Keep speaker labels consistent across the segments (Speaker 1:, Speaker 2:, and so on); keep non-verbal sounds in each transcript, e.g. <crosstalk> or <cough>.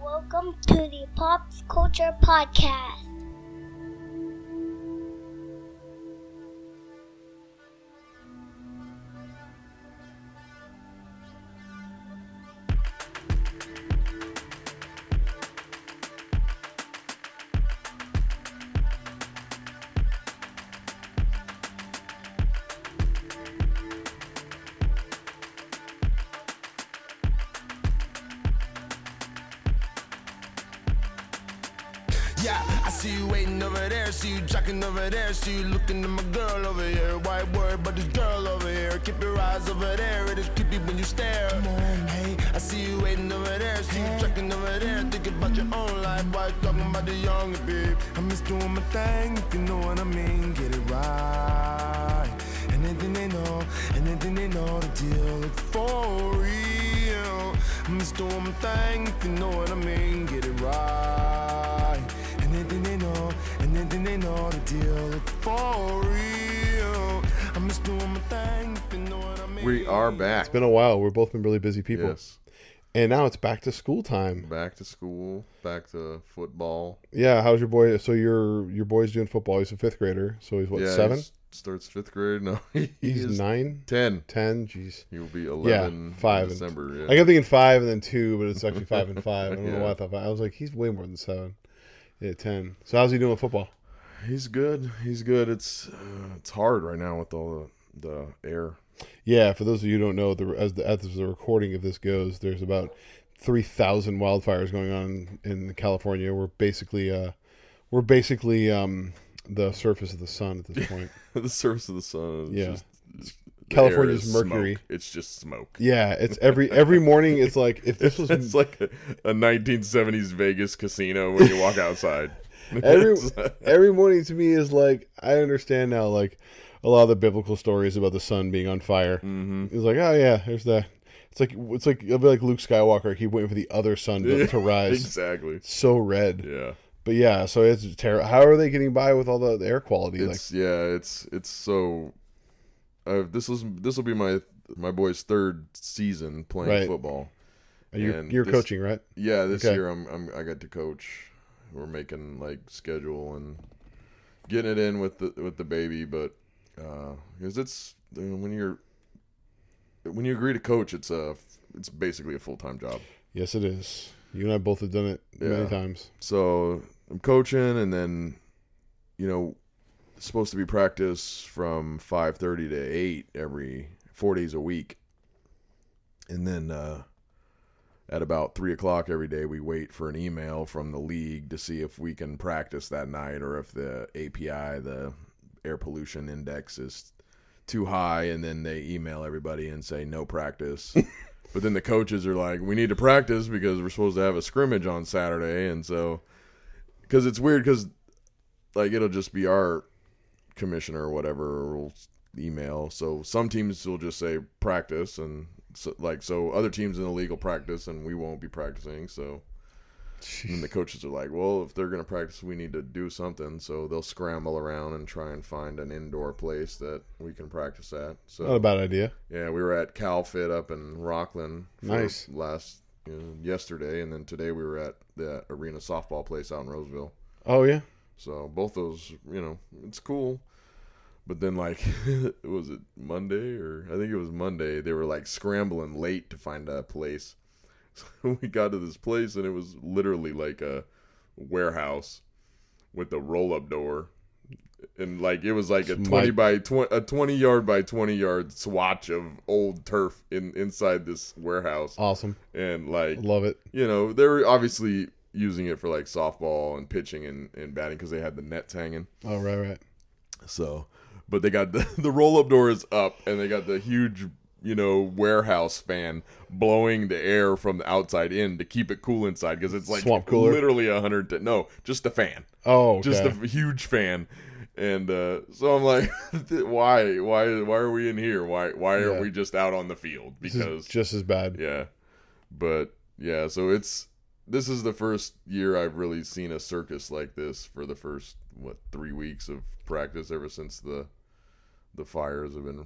Speaker 1: welcome to the Pop Culture Podcast.
Speaker 2: Yeah, I see you waiting over there, see you jacking over there, see you looking at my girl over here. Why worry about this girl over here? Keep your eyes over there, it is creepy when you stare. Hey, I see you waiting over there, see you jacking over there, thinking about your own life. Why you talking about the younger babe? I'm just doing my thing, if you know what I mean, get it right. Anything they know, anything they know the deal, it's for real. I'm just doing my thing, if you know what I mean, get it right. Anything they know, anything they know the deal, it's for real. I'm just doing my thing, if you know what I mean.
Speaker 3: We are back.
Speaker 4: It's been a while. We've both been really busy people.
Speaker 3: Yes.
Speaker 4: And now it's back to school time.
Speaker 3: Back to school, back to football.
Speaker 4: Yeah, how's your boy? So your your boy's doing football. He's a fifth grader. So he's what
Speaker 3: yeah,
Speaker 4: seven?
Speaker 3: he's- starts fifth grade. <laughs> No, he
Speaker 4: He's,
Speaker 3: is
Speaker 4: nine,
Speaker 3: 10.
Speaker 4: ten. Jeez.
Speaker 3: He will be
Speaker 4: Yeah,
Speaker 3: 11
Speaker 4: five.
Speaker 3: in December. Yeah.
Speaker 4: And, I kept thinking five and then two, but it's actually five
Speaker 3: <laughs>
Speaker 4: and five. I don't know why
Speaker 3: Yeah.
Speaker 4: I thought five. I was like, he's way more than seven. Yeah, ten. So how's he doing with football?
Speaker 3: He's good. He's good. It's uh, it's hard right now with all the, the air. <laughs>
Speaker 4: Yeah, for those of you who don't know, the, as the as the recording of this goes, there's about three thousand wildfires going on in California. We're basically uh, we're basically um, the surface of the sun
Speaker 3: <laughs>
Speaker 4: at this point.
Speaker 3: the surface of the sun. Is
Speaker 4: Yeah.
Speaker 3: Just, the
Speaker 4: California's
Speaker 3: air is smoke.
Speaker 4: mercury.
Speaker 3: It's just smoke. <laughs>
Speaker 4: Yeah, it's every every morning. It's like if this was
Speaker 3: It's like a, a 1970s Vegas casino when you
Speaker 4: <laughs>
Speaker 3: walk outside. <laughs>
Speaker 4: every
Speaker 3: It's uh, like-
Speaker 4: every morning to me is like I understand now. Like a lot of the biblical stories about the sun being on fire.
Speaker 3: Mhm.
Speaker 4: It's like oh yeah, there's that. It's like it's like it'll be like Luke Skywalker. He waiting for the other sun
Speaker 3: <laughs>
Speaker 4: to, to rise.
Speaker 3: exactly.
Speaker 4: So red,
Speaker 3: Yeah.
Speaker 4: but yeah. So it's terrible. How are they getting by with all the, the air quality?
Speaker 3: It's yeah, it's it's so. Uh, this was this will be my my boy's third season playing
Speaker 4: Right.
Speaker 3: football.
Speaker 4: like you're,
Speaker 3: and
Speaker 4: you're
Speaker 3: this-
Speaker 4: coaching, right?
Speaker 3: Yeah, this
Speaker 4: Okay.
Speaker 3: year I'm I'm I got to coach. We're making like schedule and getting it in with the with the baby, but because it's you know, when you're when you agree to coach, it's a it's basically a full time job.
Speaker 4: Yes, it is. You and I both have done it many
Speaker 3: Yeah.
Speaker 4: times.
Speaker 3: So I'm coaching, and then you know it's supposed to be practice from 5:30 to 8 every four days a week, and then uh, at about three o'clock every day we wait for an email from the league to see if we can practice that night or if the API the air pollution index is too high and then they email everybody and say no practice but then the coaches are like we need to practice because we're supposed to have a scrimmage on saturday and so because it's weird because like it'll just be our commissioner or whatever will email so some teams will just say practice and so, like so other teams in the league will practice and we won't be practicing so and then the coaches are like well if they're going to practice we need to do something so they'll scramble around and try and find an indoor place that we can practice at so
Speaker 4: Not a bad idea.
Speaker 3: yeah, we were at CalFit up in Rockland. for
Speaker 4: Nice.
Speaker 3: Last you know, yesterday, and then today we were at the arena softball place out in Roseville.
Speaker 4: Oh yeah,
Speaker 3: So both those, you know, it's cool. But then, like, <laughs> was it Monday or I think it was Monday? They were like scrambling late to find a place. <laughs> So we got to this place, and it was literally like a warehouse with a roll-up door, and like it was like a
Speaker 4: It's my-
Speaker 3: twenty by twenty, a twenty yard by twenty yard swatch of old turf in inside this warehouse,
Speaker 4: awesome.
Speaker 3: and like
Speaker 4: Love it.
Speaker 3: you know, they were obviously using it for like softball and pitching and, and batting because they had the nets hanging.
Speaker 4: Oh right, right.
Speaker 3: So, but they got the, <laughs> the roll up door is up and they got the huge, you know, warehouse fan blowing the air from the outside in to keep it cool inside because it's like
Speaker 4: Swamp cooler?
Speaker 3: literally a hundred. No, just a fan
Speaker 4: Oh, okay.
Speaker 3: just a f- huge fan and uh, so i'm like <laughs> why why why are we in here why why are
Speaker 4: Yeah.
Speaker 3: we just out on the field
Speaker 4: This is
Speaker 3: because
Speaker 4: just as bad.
Speaker 3: yeah but yeah so it's this is the first year i've really seen a circus like this for the first what three weeks of practice ever since the the fires have been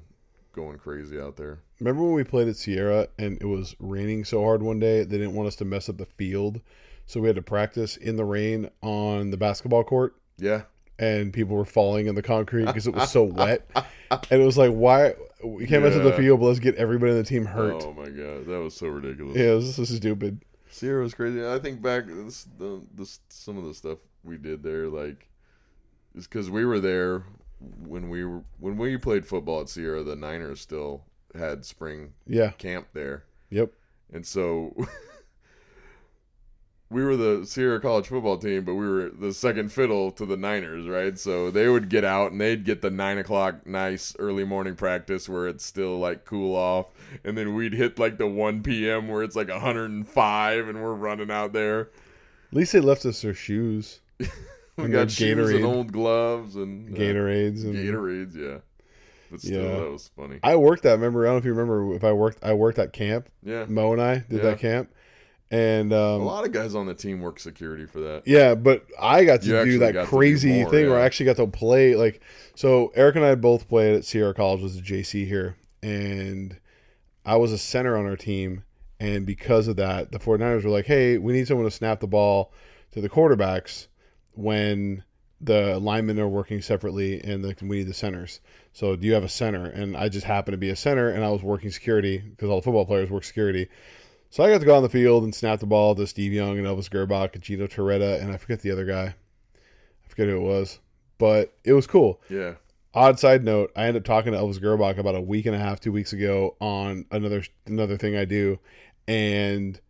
Speaker 3: going crazy out there
Speaker 4: Remember when we played at Sierra and it was raining so hard one day they didn't want us to mess up the field, So we had to practice in the rain on the basketball court
Speaker 3: Yeah.
Speaker 4: and people were falling in the concrete because it was
Speaker 3: <laughs>
Speaker 4: so wet. And it was like, why? We can't mess with the
Speaker 3: Yeah.
Speaker 4: field, but let's get everybody on the team hurt.
Speaker 3: Oh my god, that was so ridiculous.
Speaker 4: Yeah, this is stupid.
Speaker 3: Sierra was crazy. I think back this, the, this some of the stuff we did there, like, is because we were there when we were when we played football at Sierra. The Niners still had spring
Speaker 4: Yeah.
Speaker 3: camp there,
Speaker 4: Yep.
Speaker 3: and so <laughs> we were the Sierra College football team, but we were the second fiddle to the Niners, right? So they would get out and they'd get the nine o'clock nice early morning practice where it's still like cool off, and then we'd hit like the one p.m. where it's like 105 and we're running out there.
Speaker 4: At least they left us their shoes,
Speaker 3: We
Speaker 4: And
Speaker 3: got
Speaker 4: the
Speaker 3: shoes and
Speaker 4: Gatorade.
Speaker 3: old gloves and uh,
Speaker 4: Gatorades, and
Speaker 3: Gatorades, yeah. But still,
Speaker 4: Yeah.
Speaker 3: that was funny.
Speaker 4: I worked that. Remember, I don't know if you remember if I worked. I worked at camp.
Speaker 3: yeah,
Speaker 4: Mo and I did
Speaker 3: Yeah.
Speaker 4: that camp, and
Speaker 3: a
Speaker 4: um,
Speaker 3: lot of guys on the team work security for that.
Speaker 4: Yeah, but I got
Speaker 3: You
Speaker 4: to
Speaker 3: actually
Speaker 4: do
Speaker 3: got
Speaker 4: that
Speaker 3: to do
Speaker 4: crazy
Speaker 3: more,
Speaker 4: thing where
Speaker 3: yeah.
Speaker 4: I actually got to play. Like, so Eric and I both played at Sierra College, was a JC here, and I was a center on our team. And because of that, the 49ers were like, hey, we need someone to snap the ball to the quarterbacks when the linemen are working separately and like, we need the centers. So, do you have a center? And I just happened to be a center, and I was working security because all the football players work security. So I got to go on the field and snap the ball to Steve Young and Elvis Gerbach and Gino Toretta and I forget the other guy. I forget who it was, but it was cool.
Speaker 3: Yeah,
Speaker 4: Odd side note: I ended up talking to Elvis Gerbach about a week and a half, two weeks ago on another another thing I do, and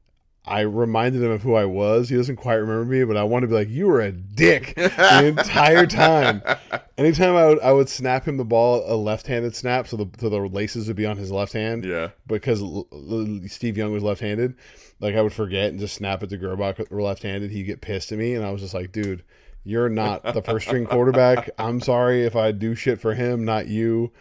Speaker 4: I reminded him of who I was. He doesn't quite remember me, but I want to be like, "You were a dick the entire time." Anytime I would I would snap him the ball a left-handed snap, so the so the laces would be on his left hand
Speaker 3: yeah.
Speaker 4: because L- L- Steve Young was left-handed, like I would forget and just snap it to Gerbach were left-handed. He'd get pissed at me, and I was just like, "Dude, you're not the first-string quarterback. I'm sorry if I do shit for him, not you."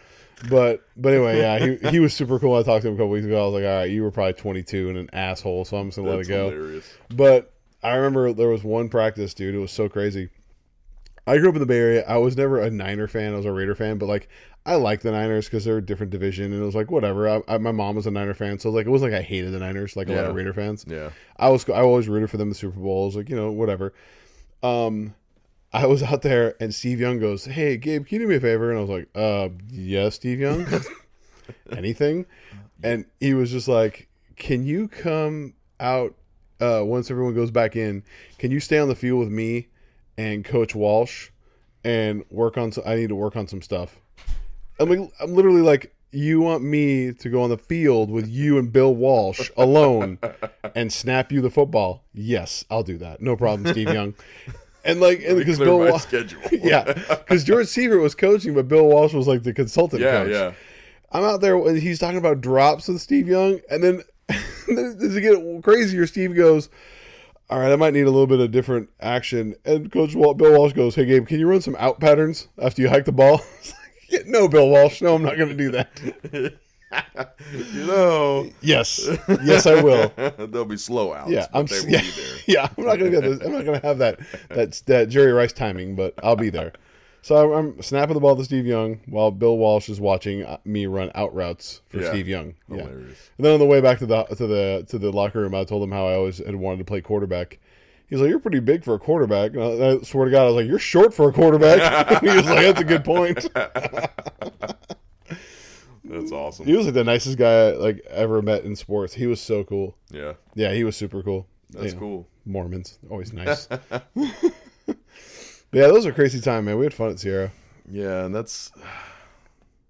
Speaker 4: But but anyway, yeah, he he was super cool. I talked to him a couple weeks ago. I was like, "All right, you were probably 22 and an asshole, so I'm just gonna
Speaker 3: That's
Speaker 4: let it go."
Speaker 3: hilarious.
Speaker 4: But I remember there was one practice, dude. It was so crazy. I grew up in the Bay Area. I was never a Niner fan. I was a Raider fan, but like I like the Niners because they're a different division, and it was like whatever. I, I, my mom was a Niner fan, so like it was like I hated the Niners, like a lot
Speaker 3: Yeah.
Speaker 4: of Raider fans.
Speaker 3: Yeah,
Speaker 4: I was I always rooted for them in the Super Bowl. I was like, you know, whatever. Um, I was out there and Steve Young goes, "Hey, Gabe, can you do me a favor?" And I was like, "Uh, yes, Steve Young, anything." And he was just like, "Can you come out uh, once everyone goes back in? Can you stay on the field with me and Coach Walsh and work on? Some, I need to work on some stuff." I'm like, I'm literally like, you want me to go on the field with you and Bill Walsh alone and snap you the football? Yes, I'll do that. No problem, Steve Young. And like, and because
Speaker 3: Clear
Speaker 4: Bill
Speaker 3: my
Speaker 4: Walsh,
Speaker 3: schedule.
Speaker 4: <laughs> yeah, because George Seaver was coaching, but Bill Walsh was like the consultant
Speaker 3: yeah, <laughs>
Speaker 4: coach.
Speaker 3: yeah.
Speaker 4: I'm out there and he's talking about drops with Steve Young, and then <laughs> as it get crazier, Steve goes, "All right, I might need a little bit of different action." And Coach Wal- Bill Walsh goes, "Hey, Gabe, can you run some out patterns after you hike the ball?" <laughs> It's like, no, Bill Walsh. No, I'm not going to do that.
Speaker 3: <laughs> you know,
Speaker 4: <laughs>
Speaker 3: <laughs>
Speaker 4: Yes, yes, I will.
Speaker 3: they'll be slow outs.
Speaker 4: Yeah,
Speaker 3: but
Speaker 4: I'm
Speaker 3: they
Speaker 4: s-
Speaker 3: will
Speaker 4: yeah,
Speaker 3: be there.
Speaker 4: <laughs> yeah. I'm not gonna get this. I'm not gonna have that that that Jerry Rice timing, but I'll be there. So I'm, I'm snapping the ball to Steve Young while Bill Walsh is watching uh, me run out routes for
Speaker 3: Yeah.
Speaker 4: Steve Young. <laughs> Yeah.
Speaker 3: Hilarious.
Speaker 4: And then on the way back to the to the to the locker room, I told him how I always had wanted to play quarterback. He's like, "You're pretty big for a quarterback." And I, I swear to God, I was like, "You're short for a quarterback." <laughs> he was like, "That's a good point."
Speaker 3: That's awesome.
Speaker 4: He was like the nicest guy I like ever met in sports. He was so cool.
Speaker 3: yeah,
Speaker 4: Yeah, he was super cool.
Speaker 3: that's
Speaker 4: Yeah.
Speaker 3: cool.
Speaker 4: Mormons always
Speaker 3: <laughs>
Speaker 4: nice. <laughs> but yeah, those are crazy time, man. We had fun at Sierra.
Speaker 3: Yeah, and that's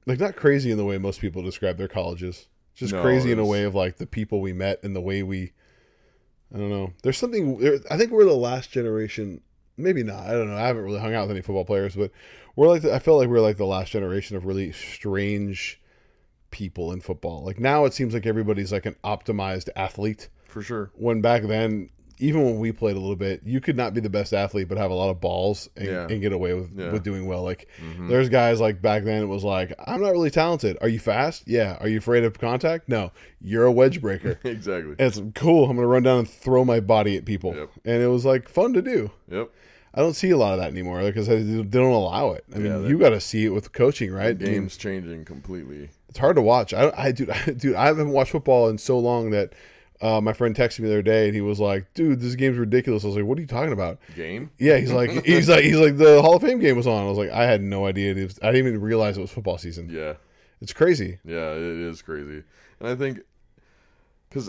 Speaker 4: Like not crazy in the way most people describe their colleges. Just
Speaker 3: No,
Speaker 4: crazy
Speaker 3: it
Speaker 4: in a
Speaker 3: was-
Speaker 4: way of like the people we met and the way we. I don't know. There's something. there- I think we're the last generation. Maybe not. I don't know. I haven't really hung out with any football players, but we're like. The, I felt like we were like the last generation of really strange people in football. Like now, it seems like everybody's like an optimized athlete.
Speaker 3: for sure.
Speaker 4: when back then, even when we played a little bit, you could not be the best athlete but have a lot of balls and,
Speaker 3: Yeah.
Speaker 4: and get away with,
Speaker 3: Yeah.
Speaker 4: with doing well. Like
Speaker 3: Mhm.
Speaker 4: there's guys like back then it was like, I'm not really talented. Are you fast? Yeah. Are you afraid of contact? No. You're a
Speaker 3: <laughs>
Speaker 4: wedge breaker.
Speaker 3: <laughs> Exactly.
Speaker 4: And it's cool. I'm gonna run down and throw my body at people.
Speaker 3: Yep.
Speaker 4: And it was like fun to do.
Speaker 3: Yep.
Speaker 4: I don't see a lot of that anymore because they don't allow it. I mean,
Speaker 3: Yeah, that-
Speaker 4: you got to see it with coaching, right? I mean,
Speaker 3: Game's changing completely.
Speaker 4: <laughs> it's hard to watch. I, I dude, I, dude, I haven't watched football in so long that Uh, my friend texted me the other day, and he was like, "Dude, this game's ridiculous." I was like, "What are you talking about?"
Speaker 3: Game?
Speaker 4: Yeah, he's like, <laughs> he's like, he's like, the Hall of Fame game was on. I was like, I had no idea. It was, I didn't even realize it was football season.
Speaker 3: Yeah.
Speaker 4: It's crazy.
Speaker 3: Yeah, it is crazy. And I think cuz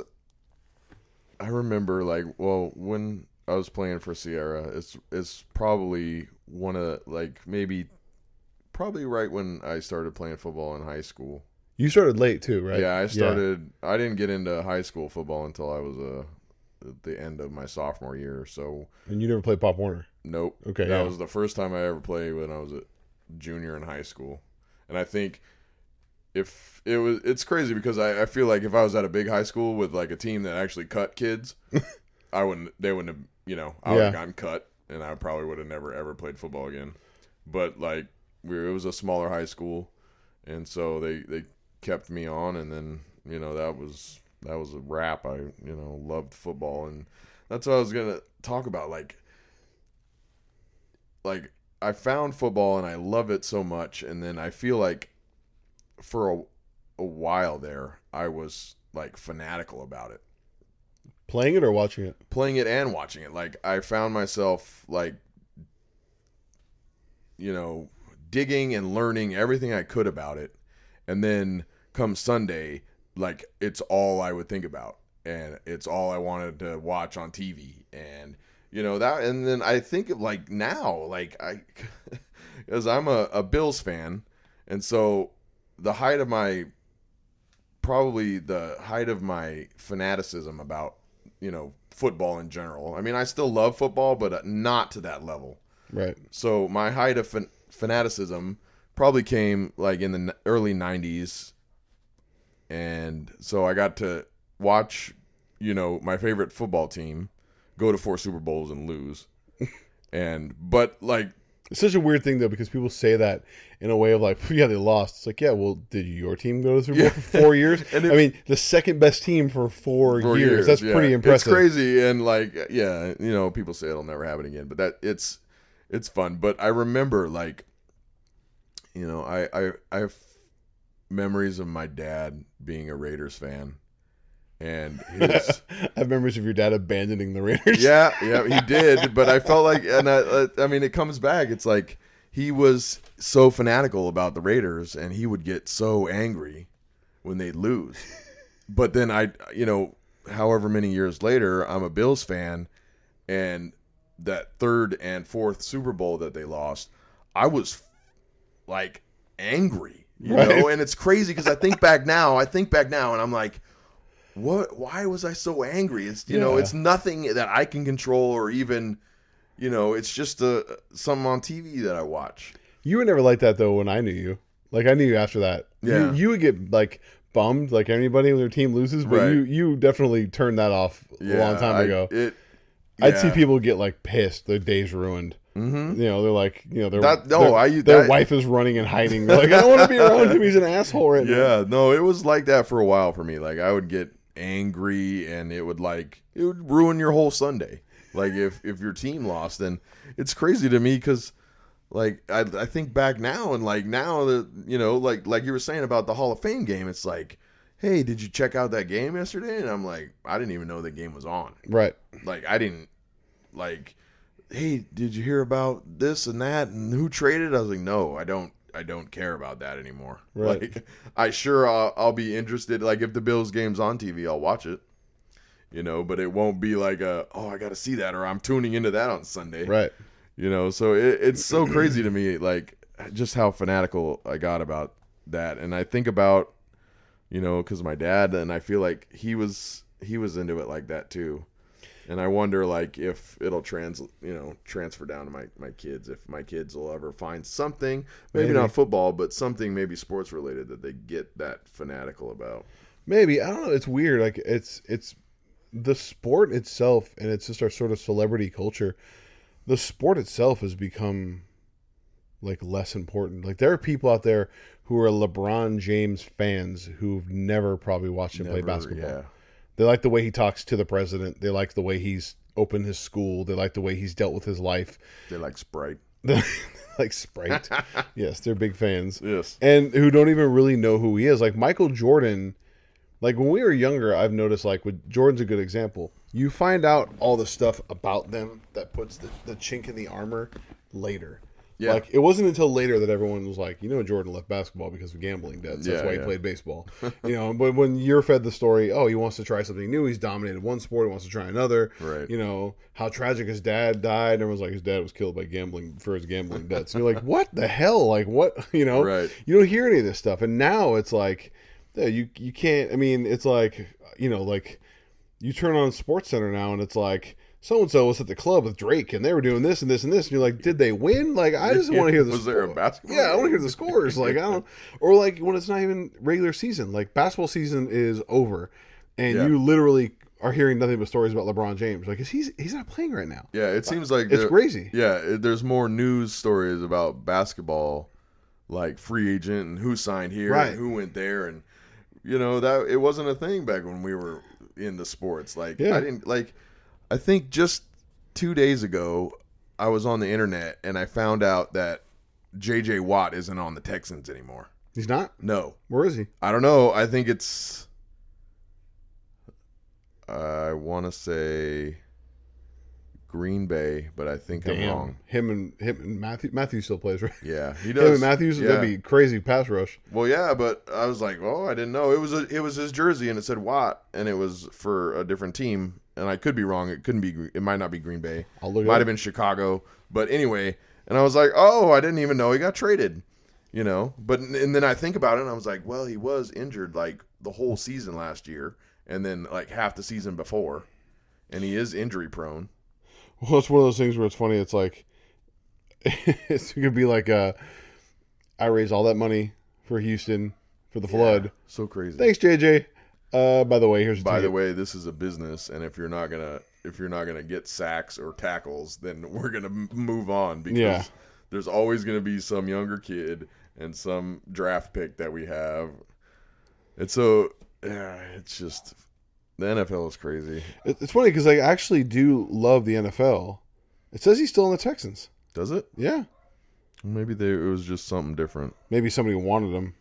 Speaker 3: I remember like well when I was playing for Sierra, it's it's probably one of like maybe probably right when I started playing football in high school.
Speaker 4: You started late too, right?
Speaker 3: Yeah, I started I didn't get into high school football until I was uh, at the end of my sophomore year. So
Speaker 4: and you never played Pop Warner.
Speaker 3: Nope.
Speaker 4: Okay,
Speaker 3: That
Speaker 4: yeah.
Speaker 3: was the first time I ever played when I was a junior in high school. And I think if it was it's crazy because I, I feel like if I was at a big high school with like a team that actually cut kids, I wouldn't they wouldn't have you know, I would
Speaker 4: Yeah.
Speaker 3: have gotten cut and I probably would have never ever played football again. But like we were, it was a smaller high school and so they they kept me on and then, you know, that was that was a wrap. I, you know, loved football and that's what I was gonna talk about. Like like I found football and I love it so much, and then I feel like for a, a while there I was like fanatical about it,
Speaker 4: Playing it or watching it?
Speaker 3: playing it and watching it. Like I found myself like you know digging and learning everything I could about it, and then come Sunday, like it's all I would think about, and it's all I wanted to watch on TV, and you know that. And then I think of like now, like I, <laughs> because I'm a, a Bills fan, and so the height of my, probably the height of my fanaticism about you know football in general. I mean, I still love football, but not to that level.
Speaker 4: Right.
Speaker 3: So my height of fan- fanaticism probably came like in the n- early 90s. And so I got to watch, you know, my favorite football team go to four Super Bowls and lose. <laughs> and but like
Speaker 4: It's such a weird thing though because people say that in a way of like, <laughs> yeah, they lost. It's like, yeah, well, did your team go to the Super Bowl
Speaker 3: Yeah.
Speaker 4: for four years?
Speaker 3: <laughs> And it-
Speaker 4: I mean, the second best team for four,
Speaker 3: four
Speaker 4: years. That's
Speaker 3: yeah.
Speaker 4: pretty impressive.
Speaker 3: It's crazy and like yeah, you know, people say it'll never happen again, but that it's it's fun. But I remember like you know, I I I have memories of my dad being a Raiders fan and his
Speaker 4: <laughs> I have memories of your dad abandoning the Raiders.
Speaker 3: yeah, yeah, he did. But I felt like, and I, I mean, it comes back. It's like he was so fanatical about the Raiders, and he would get so angry when they'd lose. But then I, you know, however many years later, I'm a Bills fan, and that third and fourth Super Bowl that they lost, I was like angry, you
Speaker 4: Right.
Speaker 3: know. And it's crazy because I think back now, I think back now, and I'm like, what? Why was I so angry? It's you know,
Speaker 4: Yeah.
Speaker 3: it's nothing that I can control or even, you know, it's just uh something on TV that I watch.
Speaker 4: <laughs> You were never like that though when I knew you. Like I knew you after that.
Speaker 3: Yeah.
Speaker 4: You, you would get like bummed like anybody when their team loses, but
Speaker 3: Right.
Speaker 4: you you definitely turned that off a long time
Speaker 3: I-
Speaker 4: ago.
Speaker 3: It.
Speaker 4: I'd see people get like pissed, their day's ruined.
Speaker 3: hmm
Speaker 4: You know, they're like, you know, their
Speaker 3: That- no,
Speaker 4: their,
Speaker 3: I-
Speaker 4: their
Speaker 3: that-
Speaker 4: wife is running and hiding. They're like, I don't want to be around him. He's an asshole right
Speaker 3: <laughs>
Speaker 4: now.
Speaker 3: Yeah, no, it was like that for a while for me. Like I would get angry and it would like it would ruin your whole Sunday. Like if if your team lost, then it's crazy to me because like I I think back now and like now that you know like like you were saying about the Hall of Fame game, it's like, hey, did you check out that game yesterday? And I'm like, I didn't even know the game was on
Speaker 4: Right.
Speaker 3: like I didn't like hey did you hear about this and that and who traded I was like no I don't I don't care about that anymore
Speaker 4: Right.
Speaker 3: like I sure I'll, I'll be interested like if the Bills game's on TV I'll watch it you know but it won't be like a oh I gotta see that or I'm tuning into that on Sunday
Speaker 4: Right.
Speaker 3: you know so it, it's so crazy
Speaker 4: <clears throat>
Speaker 3: to me like just how fanatical i got about that and i think about you know because my dad and i feel like he was he was into it like that too and i wonder like if it'll trans you know transfer down to my my kids if my kids will ever find something maybe,
Speaker 4: Maybe.
Speaker 3: not football but something maybe sports related that they get that fanatical about
Speaker 4: Maybe. I don't know. It's weird. Like it's it's the sport itself and it's just our sort of celebrity culture. The sport itself has become like less important. Like there are people out there who are LeBron James fans who've never probably watched him play
Speaker 3: Never-
Speaker 4: basketball.
Speaker 3: yeah
Speaker 4: They like the way he talks to the president. They like the way he's opened his school. They like the way he's dealt with his life. <laughs>
Speaker 3: they like sprite
Speaker 4: They
Speaker 3: <laughs>
Speaker 4: like Sprite. yes, they're big fans
Speaker 3: yes
Speaker 4: and who don't even really know who he is. Like Michael Jordan Like when we were younger, I've noticed like with Jordan's a good example. You find out all the stuff about them that puts the, the chink in the armor later.
Speaker 3: Yeah.
Speaker 4: Like it wasn't until later that everyone was like, you know, Jordan left basketball because of gambling debts. That's
Speaker 3: Yeah,
Speaker 4: why he
Speaker 3: yeah. <laughs>
Speaker 4: played baseball. you know, but when you're fed the story, oh, he wants to try something new. He's dominated one sport. He wants to try another.
Speaker 3: Right.
Speaker 4: You know how tragic his dad died. and Everyone's like, his dad was killed by gambling for his gambling debts. And you're like, <laughs> what the hell? Like what? <laughs> You know?
Speaker 3: Right.
Speaker 4: You don't hear any of this stuff. And now it's like, yeah, you you can't. I mean, it's like you know, like you turn on Sports Center now, and it's like. So and so was at the club with Drake, and they were doing this and this and this, and you're like, "Did they win?" Like, I just want to hear the
Speaker 3: Was there a
Speaker 4: score.
Speaker 3: basketball
Speaker 4: Yeah, I want to
Speaker 3: game?
Speaker 4: hear the scores. Like,
Speaker 3: <laughs>
Speaker 4: I don't, or like when it's not even regular season. Like basketball season is over, and
Speaker 3: Yeah.
Speaker 4: you literally are hearing nothing but stories about LeBron James. Like, 'cause he's he's not playing right now.
Speaker 3: Yeah, it seems like
Speaker 4: It's
Speaker 3: there-
Speaker 4: crazy.
Speaker 3: Yeah, it, there's more news stories about basketball, like free agent and who signed here,
Speaker 4: Right.
Speaker 3: and who went there, and you know that it wasn't a thing back when we were in the sports. Like
Speaker 4: Yeah.
Speaker 3: I didn't like. I think just two days ago, I was on the internet and I found out that J.J. Watt isn't on the Texans anymore.
Speaker 4: He's not.
Speaker 3: No,
Speaker 4: Where is he?
Speaker 3: I don't know. I think it's. I want to say Green Bay, but I think I'm wrong.
Speaker 4: Him and him and Matthew Matthews still plays right.
Speaker 3: Yeah, he
Speaker 4: Him
Speaker 3: does.
Speaker 4: and Matthews
Speaker 3: yeah.
Speaker 4: that'd be crazy pass rush.
Speaker 3: Well, yeah, but I was like, oh, I didn't know it was a, it was his jersey, and it said Watt, and it was for a different team, and I could be wrong. It couldn't be. Gre- It might not be Green Bay.
Speaker 4: I'll look it
Speaker 3: Might
Speaker 4: up.
Speaker 3: have been Chicago, but anyway, and I was like, oh, I didn't even know he got traded, you know. But and then I think about it, and I was like, well, he was injured like the whole season last year, and then like half the season before, and he is injury prone.
Speaker 4: Well, it's one of those things where it's funny. It's like <laughs> it's gonna be like, uh, I raised all that money for Houston for the flood.
Speaker 3: So crazy.
Speaker 4: Thanks, JJ. Uh, by the way, here's a
Speaker 3: By the
Speaker 4: ticket.
Speaker 3: way, this is a business, and if you're not gonna if you're not gonna get sacks or tackles, then <laughs> we're gonna m- move on because
Speaker 4: Yeah.
Speaker 3: there's always gonna be some younger kid and some draft pick that we have, and so yeah, it's just the NFL is crazy.
Speaker 4: It- It's funny because I actually do love the NFL. It says he's still in the Texans.
Speaker 3: Does it?
Speaker 4: Yeah,
Speaker 3: Maybe they, it was just something different.
Speaker 4: maybe somebody wanted him.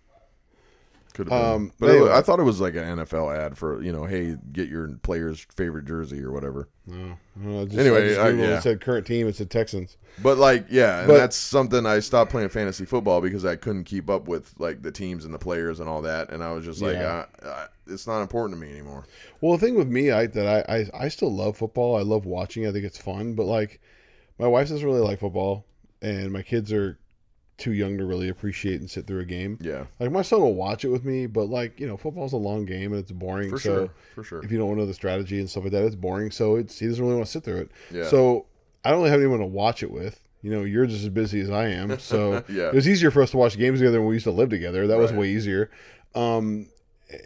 Speaker 3: Could have
Speaker 4: Um,
Speaker 3: been, but
Speaker 4: but
Speaker 3: it-
Speaker 4: anyway.
Speaker 3: I thought it was like an NFL ad for you know, hey, get your player's favorite jersey or whatever.
Speaker 4: No, I don't know, just,
Speaker 3: Anyway,
Speaker 4: I just
Speaker 3: I-
Speaker 4: Googled it.
Speaker 3: yeah.
Speaker 4: it said current team. It said Texans.
Speaker 3: But like, yeah, and
Speaker 4: But-
Speaker 3: that's something I stopped playing fantasy football because I couldn't keep up with like the teams and the players and all that, and I was just like,
Speaker 4: Yeah.
Speaker 3: I, I, it's not important to me anymore.
Speaker 4: Well, the thing with me, I that I, I I still love football. I love watching. it. I think it's fun. But like, my wife doesn't really like football, and my kids are too young to really appreciate and sit through a game.
Speaker 3: Yeah,
Speaker 4: Like my son will watch it with me, but like you know, football's a long game and it's boring.
Speaker 3: for
Speaker 4: so
Speaker 3: sure, for sure.
Speaker 4: if you don't know the strategy and stuff like that, it's boring. So it's he doesn't really want to sit through it.
Speaker 3: Yeah.
Speaker 4: So I don't really have anyone to watch it with. You know, you're just as busy as I
Speaker 3: <laughs>
Speaker 4: am. So
Speaker 3: Yeah.
Speaker 4: it was easier for us to watch games together when we used to live together. That was
Speaker 3: Right.
Speaker 4: way easier. Um,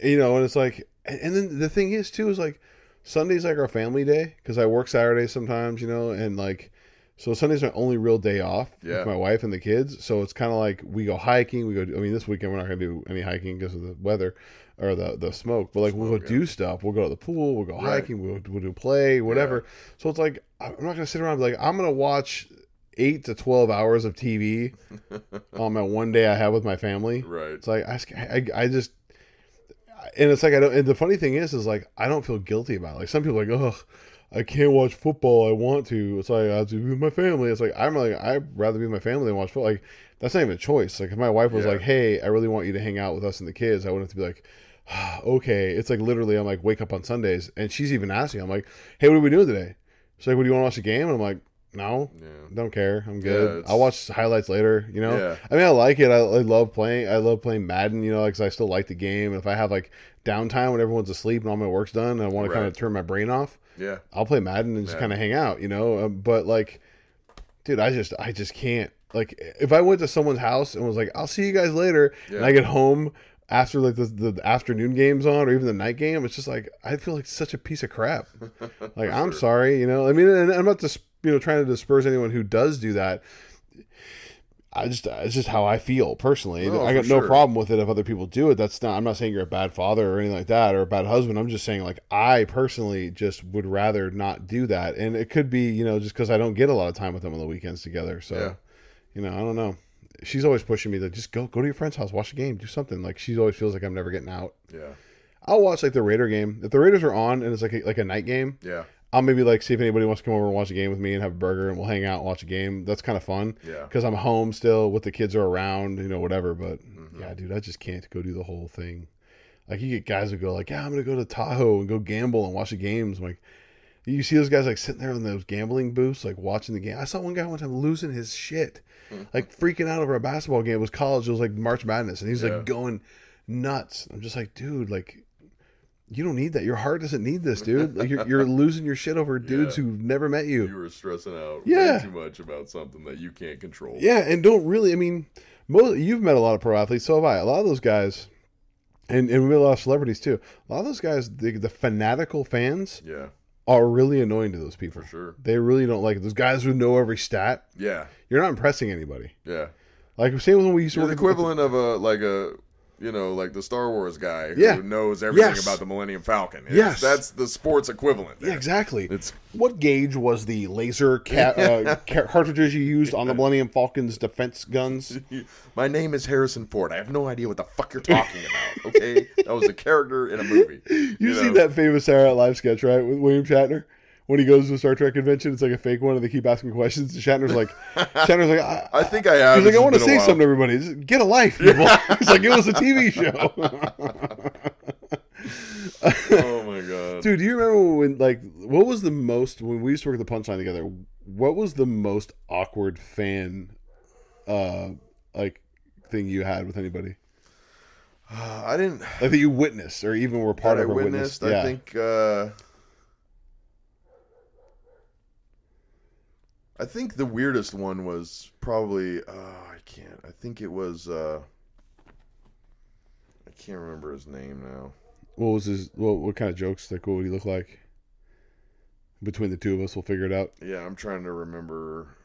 Speaker 4: you know, and it's like, and and then the thing is too is like Sunday's like our family day because I work Saturdays sometimes. You know, and like. So Sunday's my only real day off
Speaker 3: Yeah.
Speaker 4: with my wife and the kids. So it's kind of like we go hiking. We go. I mean, this weekend we're not going to do any hiking because of the weather or the the smoke. But like we'll go do stuff. We'll go to the pool. We'll go
Speaker 3: Right.
Speaker 4: hiking. We'll, we'll do play. Whatever. So it's like I'm not going to sit around and be like I'm going to watch eight to twelve hours of TV on my one day I have with my family.
Speaker 3: right.
Speaker 4: It's like I, just- I, I just, and it's like I don't. And the funny thing is, is like I don't feel guilty about. It. Like some people are like, oh, I can't watch football. I want to. It's like I have to be with my family. It's like I'm like I'd rather be with my family than watch football. Like that's not even a choice. Like if my wife was
Speaker 3: Yeah.
Speaker 4: like, hey, I really want you to hang out with us and the kids, I wouldn't have to be like. "Ah, Okay, it's like literally. I'm like wake up on Sundays, and she's even asking. I'm like, "Hey, what are we doing today?" She's like, "What do you want to watch the game?" And I'm like, "No,
Speaker 3: yeah,
Speaker 4: don't care. I'm
Speaker 3: Yeah,
Speaker 4: good.
Speaker 3: it's-
Speaker 4: I'll watch highlights later. You know,
Speaker 3: Yeah.
Speaker 4: I mean, I like it. I, I love playing. I love playing Madden. You know, because I still like the game. And if I have like downtime when everyone's asleep and all my work's done, and I want to kind
Speaker 3: Right.
Speaker 4: of turn my brain off.
Speaker 3: yeah.
Speaker 4: I'll play Madden and just
Speaker 3: Yeah.
Speaker 4: kind of hang out. You know, uh, but like, dude, I just, I just can't. Like, if I went to someone's house and was like, "I'll see you guys later," and
Speaker 3: Yeah.
Speaker 4: I get home after like the, the afternoon game's on or even the night game, it's just like I feel like such a piece
Speaker 3: <laughs>
Speaker 4: of crap. Like I'm sorry, you know. I mean, and I'm not just you know trying to disperse anyone who does do that. I just it's just how I feel personally.
Speaker 3: No,
Speaker 4: I
Speaker 3: for
Speaker 4: got no
Speaker 3: sure.
Speaker 4: problem with it if other people do it. That's not. I'm not saying you're a bad father or anything like that or a bad husband. I'm just saying like I personally just would rather not do that. And it could be you know just because I don't get a lot of time with them on the weekends together. So
Speaker 3: Yeah.
Speaker 4: you know I don't know. She's always pushing me to just go go to your friend's house, watch a game, do something. Like she always feels like I'm never getting out.
Speaker 3: yeah.
Speaker 4: I'll watch like the Raider game if the Raiders are on and it's like a, like a night game.
Speaker 3: Yeah.
Speaker 4: I'll maybe like see if anybody wants to come over and watch a game with me and have a burger and we'll hang out and watch a game. That's kind of fun.
Speaker 3: Yeah.
Speaker 4: Because I'm home still with the kids are around, you know, whatever. But
Speaker 3: Mm-hmm.
Speaker 4: yeah, dude, I just can't go do the whole thing. Like you get guys who go like, yeah, I'm gonna go to Tahoe and go gamble and watch the games. I'm like, you see those guys like sitting there in those gambling booths, like watching the game. I saw one guy one time losing his shit,
Speaker 3: Mm-hmm.
Speaker 4: like freaking out over a basketball game. It was college. It was like March Madness, and he's
Speaker 3: Yeah.
Speaker 4: like going nuts. I'm just like, dude, like you don't need that. Your heart doesn't need this, dude. Like you're, you're losing your shit over dudes
Speaker 3: Yeah.
Speaker 4: who've never met
Speaker 3: You
Speaker 4: you.
Speaker 3: were stressing out
Speaker 4: Yeah.
Speaker 3: way too much about something that you can't control.
Speaker 4: Yeah, and don't really. I mean, most, you've met a lot of pro athletes, so have I. A lot of those guys, and and we met a lot of celebrities too. A lot of those guys, the, the fanatical fans,
Speaker 3: Yeah,
Speaker 4: are really annoying to those people.
Speaker 3: for sure.
Speaker 4: They really don't like it. those guys who know every stat.
Speaker 3: Yeah,
Speaker 4: You're not impressing anybody.
Speaker 3: yeah.
Speaker 4: Like same when we used to
Speaker 3: You're
Speaker 4: work
Speaker 3: the
Speaker 4: at-
Speaker 3: equivalent of a like a you know like the Star Wars guy who
Speaker 4: Yeah.
Speaker 3: knows everything
Speaker 4: Yes.
Speaker 3: about the Millennium Falcon. It's-
Speaker 4: Yes.
Speaker 3: that's the sports equivalent.
Speaker 4: Yeah,
Speaker 3: there.
Speaker 4: exactly.
Speaker 3: It's-
Speaker 4: what gauge was the laser
Speaker 3: <laughs>
Speaker 4: ca- uh, ca- cartridges you used on the Millennium Falcon's defense guns?
Speaker 3: <laughs> My name is Harrison Ford. I have no idea what the fuck you're talking about. Okay, that was a character in a
Speaker 4: <laughs>
Speaker 3: movie. You,
Speaker 4: You've seen
Speaker 3: know?
Speaker 4: that famous Saturday Night Live sketch, right, with William Shatner? When he goes to a Star Trek convention, it's like a fake one, and they keep asking questions. And
Speaker 3: <laughs>
Speaker 4: Shatner's like, Shatner's like, I,
Speaker 3: I think I have.
Speaker 4: he's like,
Speaker 3: It's
Speaker 4: I want to
Speaker 3: been a
Speaker 4: say
Speaker 3: while.
Speaker 4: something to everybody. Just get
Speaker 3: <laughs>
Speaker 4: a life, people. it's like it was a TV show.
Speaker 3: <laughs> Oh my god.
Speaker 4: Dude, do you remember when, like, what was the most when we used to work at the Punchline together? What was the most awkward fan, uh, like, thing you had with anybody?
Speaker 3: <sighs> I didn't.
Speaker 4: Like that you witnessed or even were part
Speaker 3: that
Speaker 4: of
Speaker 3: I
Speaker 4: or
Speaker 3: witnessed.
Speaker 4: witnessed? yeah.
Speaker 3: I think. Uh, I think the weirdest one was probably. Uh, I can't. I think it was. Uh, I can't remember his name now.
Speaker 4: What was his? What, what kind of jokes? Like, what would he look like? Between the two of us, we'll figure it out.
Speaker 3: Yeah, I'm trying to remember.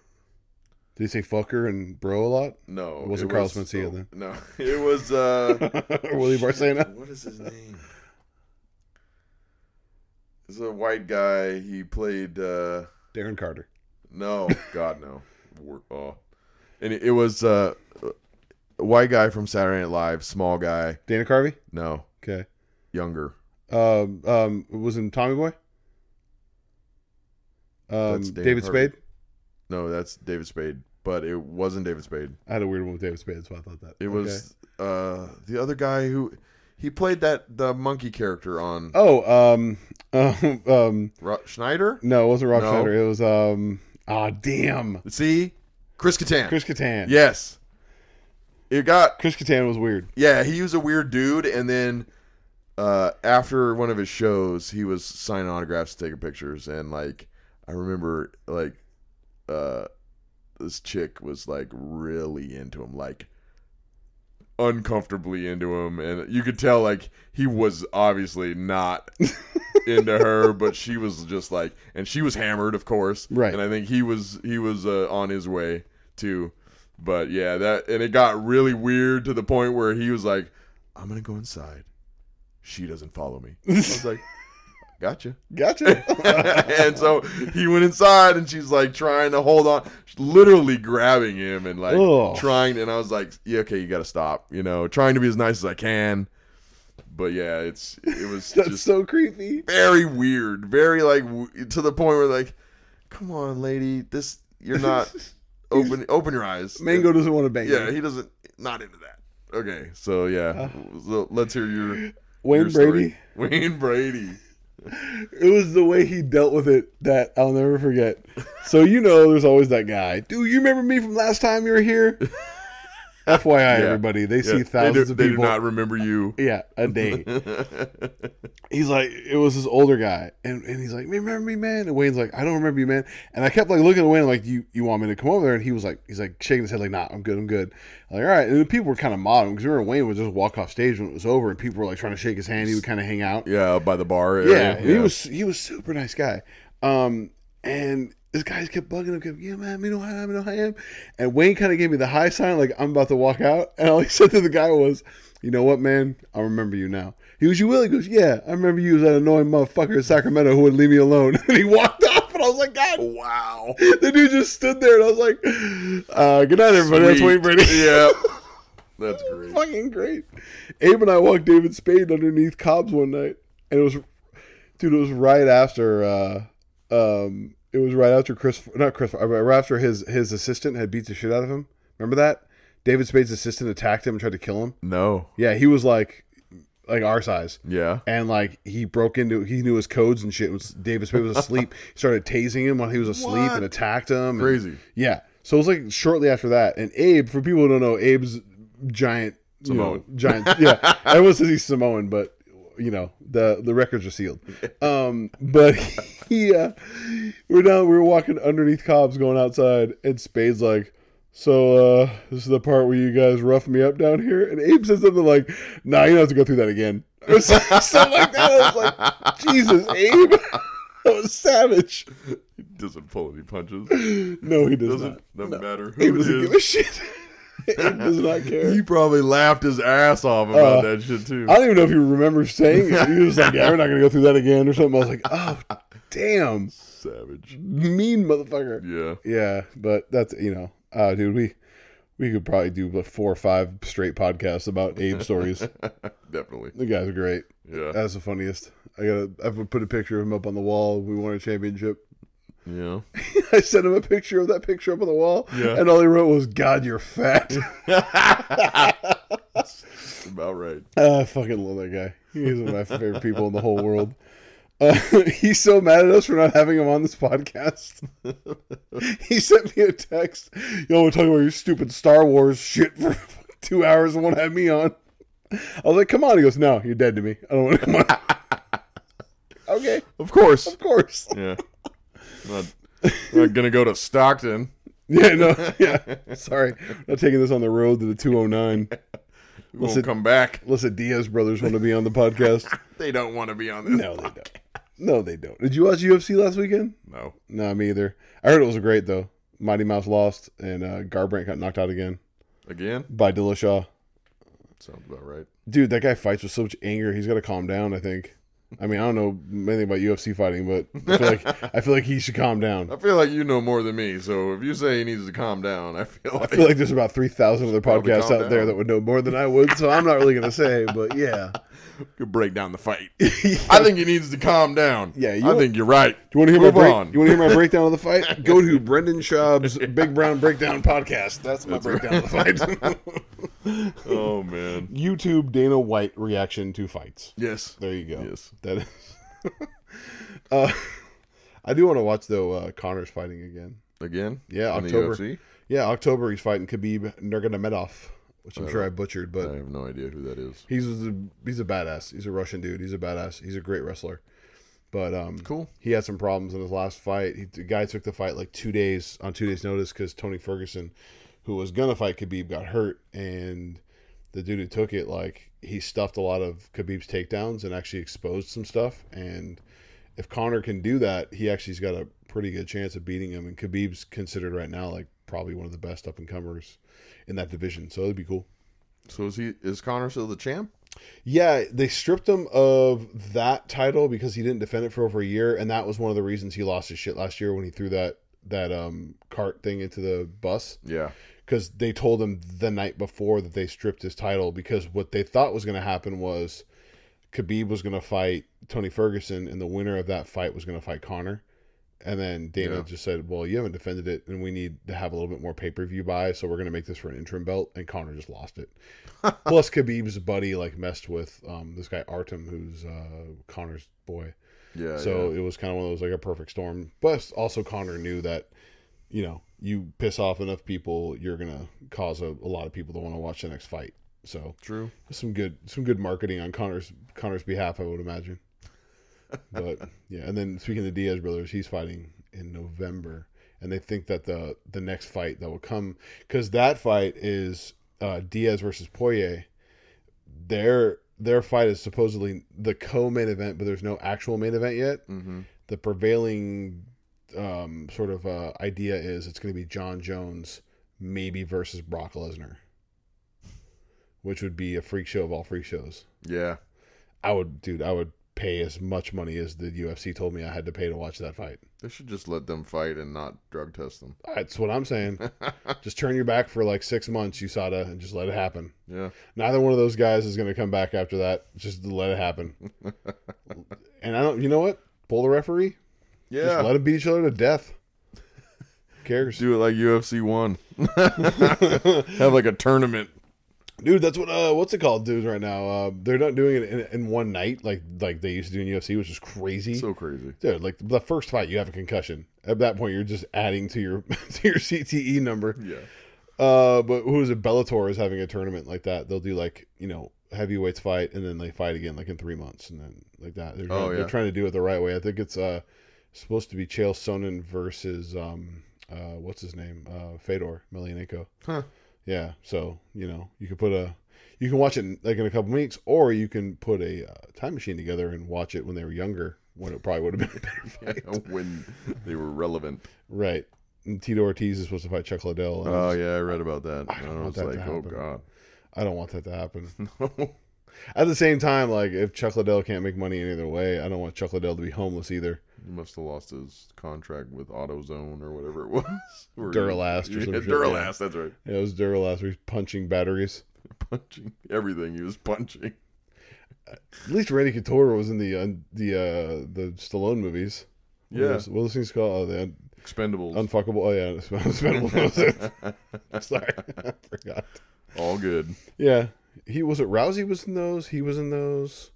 Speaker 4: Did he say "fucker" and "bro"
Speaker 3: <laughs>
Speaker 4: a lot? <laughs>
Speaker 3: No,
Speaker 4: It wasn't Carl Mencia
Speaker 3: oh,
Speaker 4: then.
Speaker 3: <laughs> No, it was.
Speaker 4: <laughs>
Speaker 3: Uh,
Speaker 4: Or Willie Barcena?
Speaker 3: What is his name? He's a white guy. He played. Uh,
Speaker 4: Darren Carter. <laughs>
Speaker 3: No, God no. Wor- Oh. And it, it was uh, a white guy from Saturday Night Live, small guy.
Speaker 4: Dana Carvey.
Speaker 3: No,
Speaker 4: Okay.
Speaker 3: younger.
Speaker 4: Um, um, was in Tommy Boy. Um,
Speaker 3: That's Dana
Speaker 4: David
Speaker 3: Carvey.
Speaker 4: Spade.
Speaker 3: No, that's David Spade, but it wasn't David Spade.
Speaker 4: I had a weird one with David Spade, so I thought that
Speaker 3: It was uh, the other guy who he played that the monkey character on
Speaker 4: Okay. Oh, um, <laughs> um, um,
Speaker 3: Ro- Schneider.
Speaker 4: no, it wasn't Rob
Speaker 3: No.
Speaker 4: Schneider. It was um, ah, damn,
Speaker 3: See, Chris Kattan.
Speaker 4: Chris Kattan.
Speaker 3: Yes, it got
Speaker 4: Chris Kattan
Speaker 3: <laughs>
Speaker 4: was weird.
Speaker 3: Yeah, he was a weird dude, and then uh, after one of his shows, he was signing autographs, taking pictures, and like I remember, like uh, this chick was like really into him, like uncomfortably into him, and you could tell like he was obviously not into her, but she was just like, and she was hammered, of course,
Speaker 4: Right.
Speaker 3: And I think he was he was uh, on his way too. But yeah, that and it got really weird to the point where he was like, "I'm gonna go inside." She doesn't follow me. I
Speaker 4: <laughs>
Speaker 3: was like, "Gotcha."
Speaker 4: Gotcha.
Speaker 3: <laughs> and so he went inside, and she's like trying to hold on, literally grabbing him and like
Speaker 4: Ugh.
Speaker 3: trying. And I was like, "Yeah, okay, you gotta stop." You know, trying to be as nice as I can. But yeah, it's it was
Speaker 4: <laughs> <laughs> That's
Speaker 3: just
Speaker 4: so creepy.
Speaker 3: very weird, very like w- to the point where like, come on, lady, this you're
Speaker 4: <laughs>
Speaker 3: not open open your eyes.
Speaker 4: Mango doesn't want to bang.
Speaker 3: Yeah,
Speaker 4: you.
Speaker 3: he doesn't. Not into that. Okay, so yeah, so let's hear your
Speaker 4: Uh. Wayne
Speaker 3: your story.
Speaker 4: Brady.
Speaker 3: <laughs> Wayne Brady.
Speaker 4: It was the way he dealt with it that I'll never forget. So you know, there's always that guy. Dude, you remember me from last time you
Speaker 3: <laughs>
Speaker 4: were here? FYI, everybody, they
Speaker 3: Yeah,
Speaker 4: see thousands
Speaker 3: they do,
Speaker 4: of
Speaker 3: they
Speaker 4: people.
Speaker 3: do not remember you.
Speaker 4: Yeah, a day. he's like, it was this older guy, and, and he's like, remember me, man? And Wayne's like, I don't remember you, man. And I kept like looking at Wayne, like, you you want me to come over there? And he was like, he's like shaking his head, like, nah, I'm good, I'm good. I'm like, all right. And the people were kind of mobbing because remember Wayne would just walk off stage when it was over, and people were like trying to shake his hand. He would kind of hang out.
Speaker 3: Yeah, by the bar.
Speaker 4: Yeah,
Speaker 3: area.
Speaker 4: and he was he was super nice guy. Um, and this guy kept bugging him, kept, yeah, man, you know how I am, you know how I am. And Wayne kind of gave me the high sign, like I'm about to walk out. <laughs> And all he said to the guy was, "You know what, man? I remember you now." He was you, Willie. He Goes, yeah, I remember you was that annoying motherfucker in Sacramento who would leave me alone. <laughs> and he walked off, and I was like, God.
Speaker 3: Wow.
Speaker 4: The dude just stood there, and I was like, uh, "Good night, everybody." That's
Speaker 3: Sweet.
Speaker 4: <laughs> Wayne Brady.
Speaker 3: <laughs> Yeah. That's great.
Speaker 4: fucking great. Abe and I walked David Spade underneath Cobb's one night, and it was, dude, it was right after, uh, um, it was right after Chris, not Chris, uh, right after his his assistant had beat the shit out of him. Remember that? David Spade's assistant attacked him and tried to kill him.
Speaker 3: No.
Speaker 4: Yeah, he was like, like our size.
Speaker 3: Yeah.
Speaker 4: And like he broke into, he knew his codes and shit. It was David Spade was asleep. he started tasing him while he was asleep
Speaker 3: What?
Speaker 4: and attacked him. and-
Speaker 3: Crazy.
Speaker 4: yeah. So it was like shortly after that, and Abe, for people who don't know, Abe's giant, you know, giant. Yeah, everyone says he's Samoan, but you know the the records are sealed. Um, but <laughs> he, uh, we're down, we were walking underneath Cobb's, going outside, and Spade's like. So uh this is the part where you guys rough me up down here, and Abe says something like, "Nah, you don't have to go through that again," <laughs> or something like that. I was like, "Jesus, Abe, <laughs> that was savage."
Speaker 3: He doesn't pull any punches.
Speaker 4: No, he does
Speaker 3: Doesn't
Speaker 4: not.
Speaker 3: doesn't matter
Speaker 4: He
Speaker 3: who it
Speaker 4: doesn't give a
Speaker 3: is.
Speaker 4: shit. <laughs> he does <laughs> not care.
Speaker 3: He probably laughed his ass off about
Speaker 4: Uh,
Speaker 3: that shit too.
Speaker 4: I don't even know if he remembers saying it. He was like, "Yeah, we're not gonna go through that again" or something. I was <laughs> like, "Oh, damn,
Speaker 3: Savage.
Speaker 4: mean motherfucker."
Speaker 3: Yeah. <laughs>
Speaker 4: Yeah, but that's you know, uh, dude, we we could probably do like four or five straight podcasts about Abe <laughs> stories.
Speaker 3: Definitely.
Speaker 4: the guys are great.
Speaker 3: Yeah.
Speaker 4: That's the funniest. I gotta. I would put a picture of him up on the wall. We won a championship. <laughs>
Speaker 3: Yeah.
Speaker 4: I sent him a picture of that picture up on the wall,
Speaker 3: Yeah.
Speaker 4: and all he wrote was, "God, you're <laughs> fat."
Speaker 3: About right.
Speaker 4: Uh, <laughs> I fucking love that guy. He's one of my favorite people in the whole world. Uh, <laughs> he's so mad at us for not having him on this podcast. <laughs> he sent me a text. Yo, we're talking about your stupid Star Wars shit for <laughs> two hours and won't have me on. I was like, come on. He goes, no, you're dead to me. I don't want to come on. <laughs> okay,
Speaker 3: Of course.
Speaker 4: of course. <laughs>
Speaker 3: Yeah. Not, not gonna go to Stockton.
Speaker 4: Yeah, no, yeah. Sorry. I'm not taking this on the road to the 209.
Speaker 3: We won't
Speaker 4: Listen-
Speaker 3: come back.
Speaker 4: Unless the Diaz brothers want to be on the podcast.
Speaker 3: They don't want to be on this.
Speaker 4: No, they don't. No, they don't. Did you watch UFC last weekend?
Speaker 3: No.
Speaker 4: No, me either. I heard it was great though. Mighty Mouse lost, and uh, Garbrandt got knocked out again
Speaker 3: Again?
Speaker 4: by Dillashaw.
Speaker 3: Sounds about right.
Speaker 4: Dude, that guy fights with so much anger. He's got to calm down. I think. I mean, I don't know anything about UFC fighting, but I feel like I feel like he should calm down.
Speaker 3: I feel like you know more than me, so if you say he needs to calm down, I feel
Speaker 4: I
Speaker 3: like,
Speaker 4: feel like there's about three thousand other
Speaker 3: Probably
Speaker 4: podcasts
Speaker 3: calm
Speaker 4: out there
Speaker 3: down.
Speaker 4: that would know more than I would, so I'm not really gonna say. But yeah,
Speaker 3: you could break down the
Speaker 4: <laughs>
Speaker 3: fight. I think he needs to calm down.
Speaker 4: Yeah, you
Speaker 3: I
Speaker 4: want-
Speaker 3: think you're right.
Speaker 4: you want to hear
Speaker 3: Move
Speaker 4: my break-
Speaker 3: on.
Speaker 4: you want to hear my breakdown of the <laughs> fight? Go to Brendan Schaub's Big Brown Breakdown podcast. That's my breakdown of the fight.
Speaker 3: oh man.
Speaker 4: <laughs> YouTube Dana White reaction to fights.
Speaker 3: Yes.
Speaker 4: There you go.
Speaker 3: Yes.
Speaker 4: That is. <laughs> uh, I do want to watch though uh, Connor's fighting again.
Speaker 3: Again?
Speaker 4: Yeah,
Speaker 3: In the
Speaker 4: October.
Speaker 3: UFC?
Speaker 4: Yeah, October he's fighting Khabib Nurmagomedov, which I'm sure I butchered, but
Speaker 3: I have no idea who that is.
Speaker 4: he's a, he's a badass. He's a Russian dude. He's a badass. He's a great wrestler. But um,
Speaker 3: Cool.
Speaker 4: He had some problems in his last fight. He, the guy took the fight like two days on two days' notice because Tony Ferguson, who was gonna fight Khabib, got hurt, and the dude who took it like he stuffed a lot of Khabib's takedowns and actually exposed some stuff. And if Connor can do that, he actually's got a pretty good chance of beating him. And Khabib's considered right now like probably one of the best up and comers in that division. So it'd be cool.
Speaker 3: So is he is Connor still the champ?
Speaker 4: Yeah, they stripped him of that title because he didn't defend it for over a year, and that was one of the reasons he lost his shit last year when he threw that that um cart thing into the bus
Speaker 3: Yeah.
Speaker 4: because they told him the night before that they stripped his title because what they thought was going to happen was Khabib was going to fight Tony Ferguson and the winner of that fight was going to fight Connor. And then Dana
Speaker 3: Yeah.
Speaker 4: just said, "Well, you haven't defended it, and we need to have a little bit more pay per view buy, so we're going to make this for an interim belt." And Connor just lost it. Plus, Khabib's buddy like messed with um, this guy Artem, who's uh, Connor's boy.
Speaker 3: Yeah.
Speaker 4: So
Speaker 3: yeah.
Speaker 4: it was kind of one of those like a perfect storm. But also Connor knew that, you know, you piss off enough people, you're gonna cause a, a lot of people to want to watch the next fight. So
Speaker 3: true.
Speaker 4: some good some good marketing on Connor's Connor's behalf, I
Speaker 3: <laughs>
Speaker 4: would imagine. But yeah, and then speaking of the Diaz brothers, he's fighting in November, and they think that the the next fight that will come because that fight is uh, Diaz versus Poirier. Their their fight is supposedly the co-main event, but there's no actual main event yet
Speaker 3: Mm-hmm.
Speaker 4: the prevailing um, sort of uh, idea is it's going to be John Jones maybe versus Brock Lesnar, which would be a freak show of all freak shows.
Speaker 3: Yeah.
Speaker 4: I would, dude, I would pay as much money as the UFC told me I had to pay to watch that fight.
Speaker 3: They should just let them fight and not drug test them.
Speaker 4: That's what I'm saying. just turn your back for like six months, USADA, and just let it happen.
Speaker 3: Yeah.
Speaker 4: Neither one of those guys is going to come back after that. Just let it happen. and I don't. You know what? Pull the referee. Just
Speaker 3: Yeah.
Speaker 4: let them beat each other to death. Who cares,
Speaker 3: Do it like UFC one. <laughs> Have like a tournament.
Speaker 4: dude? That's what. Uh, what's it called, dudes? Right now, uh, they're not doing it in, in one night like like they used to do in UFC, which is crazy.
Speaker 3: So crazy.
Speaker 4: Dude, like the first fight, you have a concussion. At that point, you're just adding to your <laughs> to your CTE number.
Speaker 3: Yeah.
Speaker 4: Uh, but who is it? Bellator is having a tournament like that. They'll do like you know heavyweights fight, and then they fight again like in three months, and then like that. They're,
Speaker 3: Oh,
Speaker 4: they're
Speaker 3: yeah.
Speaker 4: trying to do it the right way. I think it's uh supposed to be Chael Sonnen versus um uh what's his name uh Fedor Emelianenko.
Speaker 3: Huh.
Speaker 4: Yeah, so you know you can put a you can watch it in, like in a couple weeks, or you can put a uh, time machine together and watch it when they were younger. When it probably would have been
Speaker 3: <laughs>
Speaker 4: a better fight.
Speaker 3: when they were relevant.
Speaker 4: Right. And Tito Ortiz is supposed to fight Chuck Liddell. and
Speaker 3: Oh yeah, I read about that.
Speaker 4: I don't
Speaker 3: And I
Speaker 4: want
Speaker 3: was
Speaker 4: that to
Speaker 3: like, oh
Speaker 4: happen.
Speaker 3: god.
Speaker 4: I don't want that to happen.
Speaker 3: <laughs> No.
Speaker 4: At the same time, like if Chuck Liddell can't make money any other way, I don't want Chuck Liddell to be homeless either.
Speaker 3: He must have lost his contract with AutoZone or whatever it <laughs> was. Or he-
Speaker 4: Duralast or
Speaker 3: Yeah,
Speaker 4: some shit,
Speaker 3: Duralast, that's right. <laughs>
Speaker 4: Yeah, it was Dura last week punching batteries.
Speaker 3: Punching everything he was punching.
Speaker 4: At least Randy Couture was in the uh, the uh, the Stallone movies. What
Speaker 3: Yeah.
Speaker 4: was- what was things called? Oh, the un-
Speaker 3: Expendables. <laughs>
Speaker 4: unfuckable. Oh yeah, <laughs> Expendables. Sorry, <laughs> I forgot.
Speaker 3: All good.
Speaker 4: Yeah, he was it. Rousey was in those. He was in those.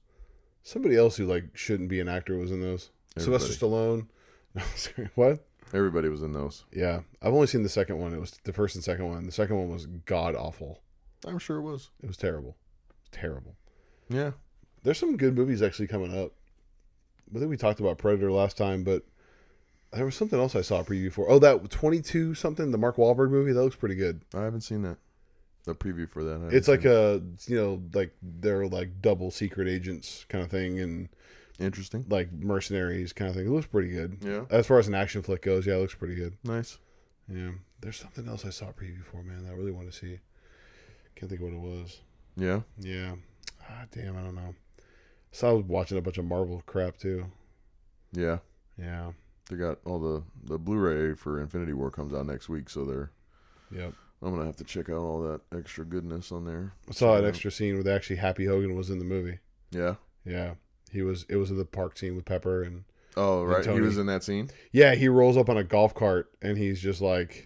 Speaker 4: Somebody else who like shouldn't be an actor was in those. Sylvester Stallone. <laughs> Sorry, what?
Speaker 3: Everybody was in those.
Speaker 4: Yeah, I've only seen the second one. It was the first and second one. The second one was god awful.
Speaker 3: I'm sure it was.
Speaker 4: It was terrible, terrible.
Speaker 3: Yeah.
Speaker 4: There's some good movies actually coming up. I think we talked about Predator last time, but there was something else I saw a preview for. Oh, that 22 something, the Mark Wahlberg movie. That looks pretty good.
Speaker 3: I haven't seen that. The preview for that. I haven't
Speaker 4: It's like
Speaker 3: seen
Speaker 4: a you know like they're like double secret agents kind of thing, and
Speaker 3: it. interesting.
Speaker 4: like mercenaries kind of thing. It looks pretty good.
Speaker 3: Yeah.
Speaker 4: As far as an action flick goes, yeah, it looks pretty good.
Speaker 3: Nice.
Speaker 4: Yeah. There's something else I saw a preview for, man, that I really want to see. Can't think of what it was.
Speaker 3: Yeah.
Speaker 4: Yeah. Ah, damn, I don't know. So I was watching a bunch of Marvel crap too.
Speaker 3: Yeah.
Speaker 4: Yeah.
Speaker 3: They got all the the Blu-ray for Infinity War comes out next week, so they're
Speaker 4: Yep.
Speaker 3: I'm gonna have to check out all that extra goodness on there.
Speaker 4: I saw an
Speaker 3: Yeah.
Speaker 4: extra scene with actually Happy Hogan was in the movie.
Speaker 3: Yeah.
Speaker 4: Yeah. He was it was in the park scene with Pepper and
Speaker 3: Oh right, he
Speaker 4: Tony.
Speaker 3: was in that scene. <laughs>
Speaker 4: Yeah, he rolls up on a golf cart and he's just like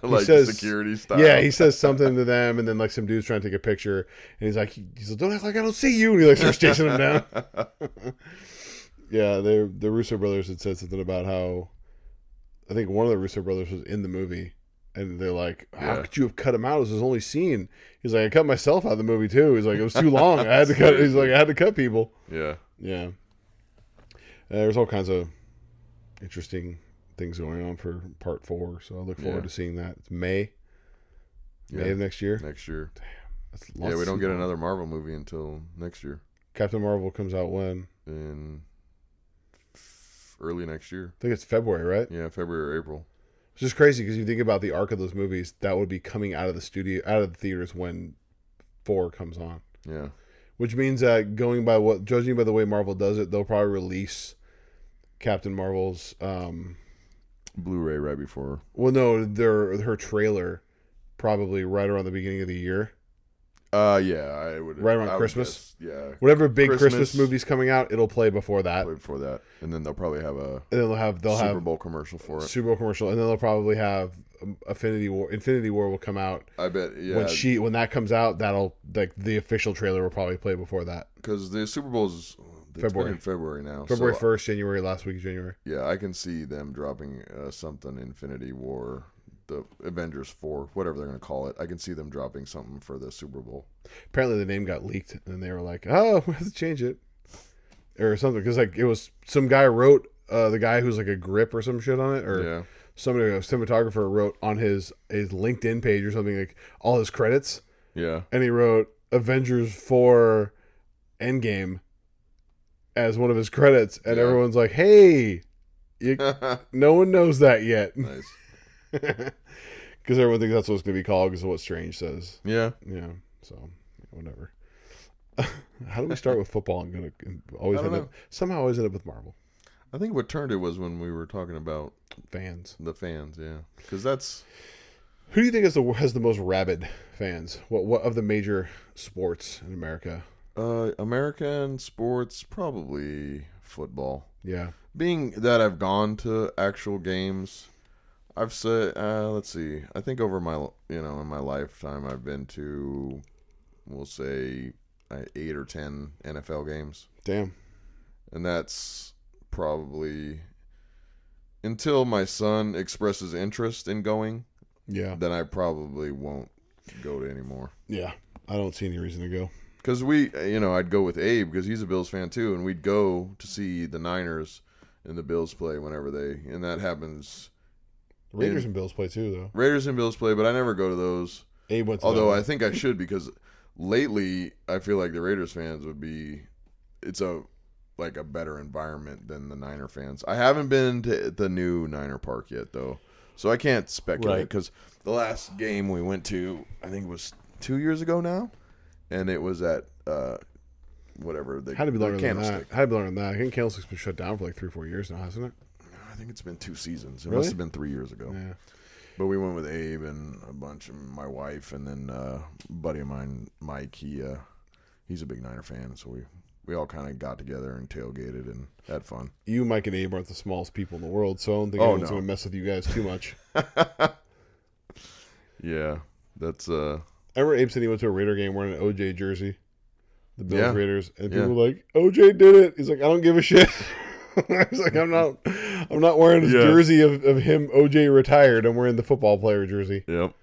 Speaker 3: like
Speaker 4: says-
Speaker 3: security style.
Speaker 4: Yeah,
Speaker 3: <laughs>
Speaker 4: he says something to them, and then like some dude's trying to take a picture, and he's like, he's like, "Don't act like I don't see you," and he like starts chasing him down. yeah, they the Russo brothers had said something about how I think one of the Russo brothers was in the movie, and they're like, "How
Speaker 3: Yeah.
Speaker 4: could you have cut him out? It was his only scene." He's like, "I cut myself out of the movie too." He's like, "It was too long. I had to cut." He's like, "I had to cut people."
Speaker 3: <laughs> yeah.
Speaker 4: Yeah. Uh, There's all kinds of interesting things going on for part four, so I look forward
Speaker 3: Yeah.
Speaker 4: to seeing that. It's May. May
Speaker 3: Yeah.
Speaker 4: of next year.
Speaker 3: Next year.
Speaker 4: That's
Speaker 3: yeah,
Speaker 4: lots
Speaker 3: we
Speaker 4: of
Speaker 3: don't get
Speaker 4: sequel.
Speaker 3: another Marvel movie until next year,
Speaker 4: Captain Marvel comes out when?
Speaker 3: in early next year.
Speaker 4: I think it's February, right?
Speaker 3: Yeah, February or April.
Speaker 4: It's just crazy because you think about the arc of those movies. That would be coming out of the studio, out of the theaters when four comes on,
Speaker 3: Yeah,
Speaker 4: which means that going by what, judging by the way Marvel does it, they'll probably release Captain Marvel's. Um,
Speaker 3: Blu-ray right before.
Speaker 4: well, no, their her trailer probably right around the beginning of the year.
Speaker 3: Uh, yeah, I would
Speaker 4: Right around
Speaker 3: I would
Speaker 4: Christmas?
Speaker 3: guess, yeah,
Speaker 4: Whatever big Christmas,
Speaker 3: Christmas.
Speaker 4: movie's coming out, it'll play before that,
Speaker 3: right
Speaker 4: and
Speaker 3: before that, and then they'll probably have a
Speaker 4: then they'll have they'll
Speaker 3: Super
Speaker 4: have
Speaker 3: Bowl commercial for it.
Speaker 4: Super Bowl commercial, and then they'll probably have um, Affinity War. Infinity War will come out,
Speaker 3: I bet, yeah,
Speaker 4: when she when that comes out that'll like the official trailer will probably play before that
Speaker 3: because the Super Bowl's February
Speaker 4: February.
Speaker 3: in February now.
Speaker 4: february
Speaker 3: so, uh,
Speaker 4: 1st january last week of january
Speaker 3: Yeah, I can see them dropping uh, something Infinity War, the Avengers Four, whatever they're gonna call it. I can see them dropping something for the Super Bowl.
Speaker 4: apparently the name got leaked and they were like oh <laughs> we have to change it or something because like it was some guy wrote uh, the guy who's like a grip or some shit on it or
Speaker 3: Yeah.
Speaker 4: somebody a cinematographer wrote on his his linkedin page or something like all his credits
Speaker 3: Yeah.
Speaker 4: and he wrote avengers 4 endgame as one of his credits and
Speaker 3: Yeah.
Speaker 4: everyone's like hey
Speaker 3: <laughs>
Speaker 4: you, no one knows that yet <laughs>
Speaker 3: nice.
Speaker 4: Because everyone thinks that's what it's going to be called because of what Strange says.
Speaker 3: Yeah.
Speaker 4: Yeah. So, whatever. <laughs> How do we start with football and gonna and always
Speaker 3: I don't
Speaker 4: end up somehow always end up with Marvel
Speaker 3: I think what turned it was when we were talking about
Speaker 4: fans?
Speaker 3: the fans, yeah, because that's
Speaker 4: Who do you think is the has the most rabid fans? What what of the major sports in America?
Speaker 3: uh, American sports, probably football.
Speaker 4: Yeah,
Speaker 3: Being that I've gone to actual games, I've said, uh, let's see, I think over my you know in my lifetime I've been to, we'll say, uh, eight or ten NFL games.
Speaker 4: damn.
Speaker 3: and that's probably until my son expresses interest in going
Speaker 4: Yeah,
Speaker 3: then i probably won't go to anymore
Speaker 4: yeah. I don't see any reason to go.
Speaker 3: because we you know i'd go with abe because he's a bills fan too and we'd go to see the niners and the bills play whenever they and that happens
Speaker 4: Raiders
Speaker 3: And-
Speaker 4: and Bills play too, though.
Speaker 3: raiders and bills play but i never go to those
Speaker 4: Abe went. To
Speaker 3: although i think i should because lately i feel like the raiders fans would be it's a like a better environment than the niner fans i haven't been to the new niner park yet though so i can't speculate
Speaker 4: Right.
Speaker 3: because the last game we went to i think was two years ago now and it was at uh whatever the,
Speaker 4: had to be
Speaker 3: the
Speaker 4: longer than that.
Speaker 3: candlestick
Speaker 4: Had to be longer than that. I think Candlestick's been shut down for like three, four years now, hasn't it?
Speaker 3: i think it's been two seasons it
Speaker 4: Really?
Speaker 3: must have been three years ago
Speaker 4: Yeah.
Speaker 3: But we went with Abe and a bunch of my wife, and then uh, a buddy of mine, Mike. He uh, he's a big Niner fan, so we we all kind of got together and tailgated and had fun.
Speaker 4: You, Mike, and Abe aren't the smallest people in the world, so I don't think
Speaker 3: Oh,
Speaker 4: anyone's
Speaker 3: no.
Speaker 4: going to mess with you guys too much.
Speaker 3: Yeah, that's uh,
Speaker 4: I remember Abe said he went to a Raider game wearing an OJ jersey, the Bills
Speaker 3: Yeah.
Speaker 4: Raiders, and
Speaker 3: Yeah.
Speaker 4: people were like, "OJ did it." He's like, "I don't give a shit." <laughs> I was like, "I'm not, I'm not wearing a
Speaker 3: Yeah.
Speaker 4: jersey of, of him OJ retired. I'm wearing the football player jersey.
Speaker 3: yep,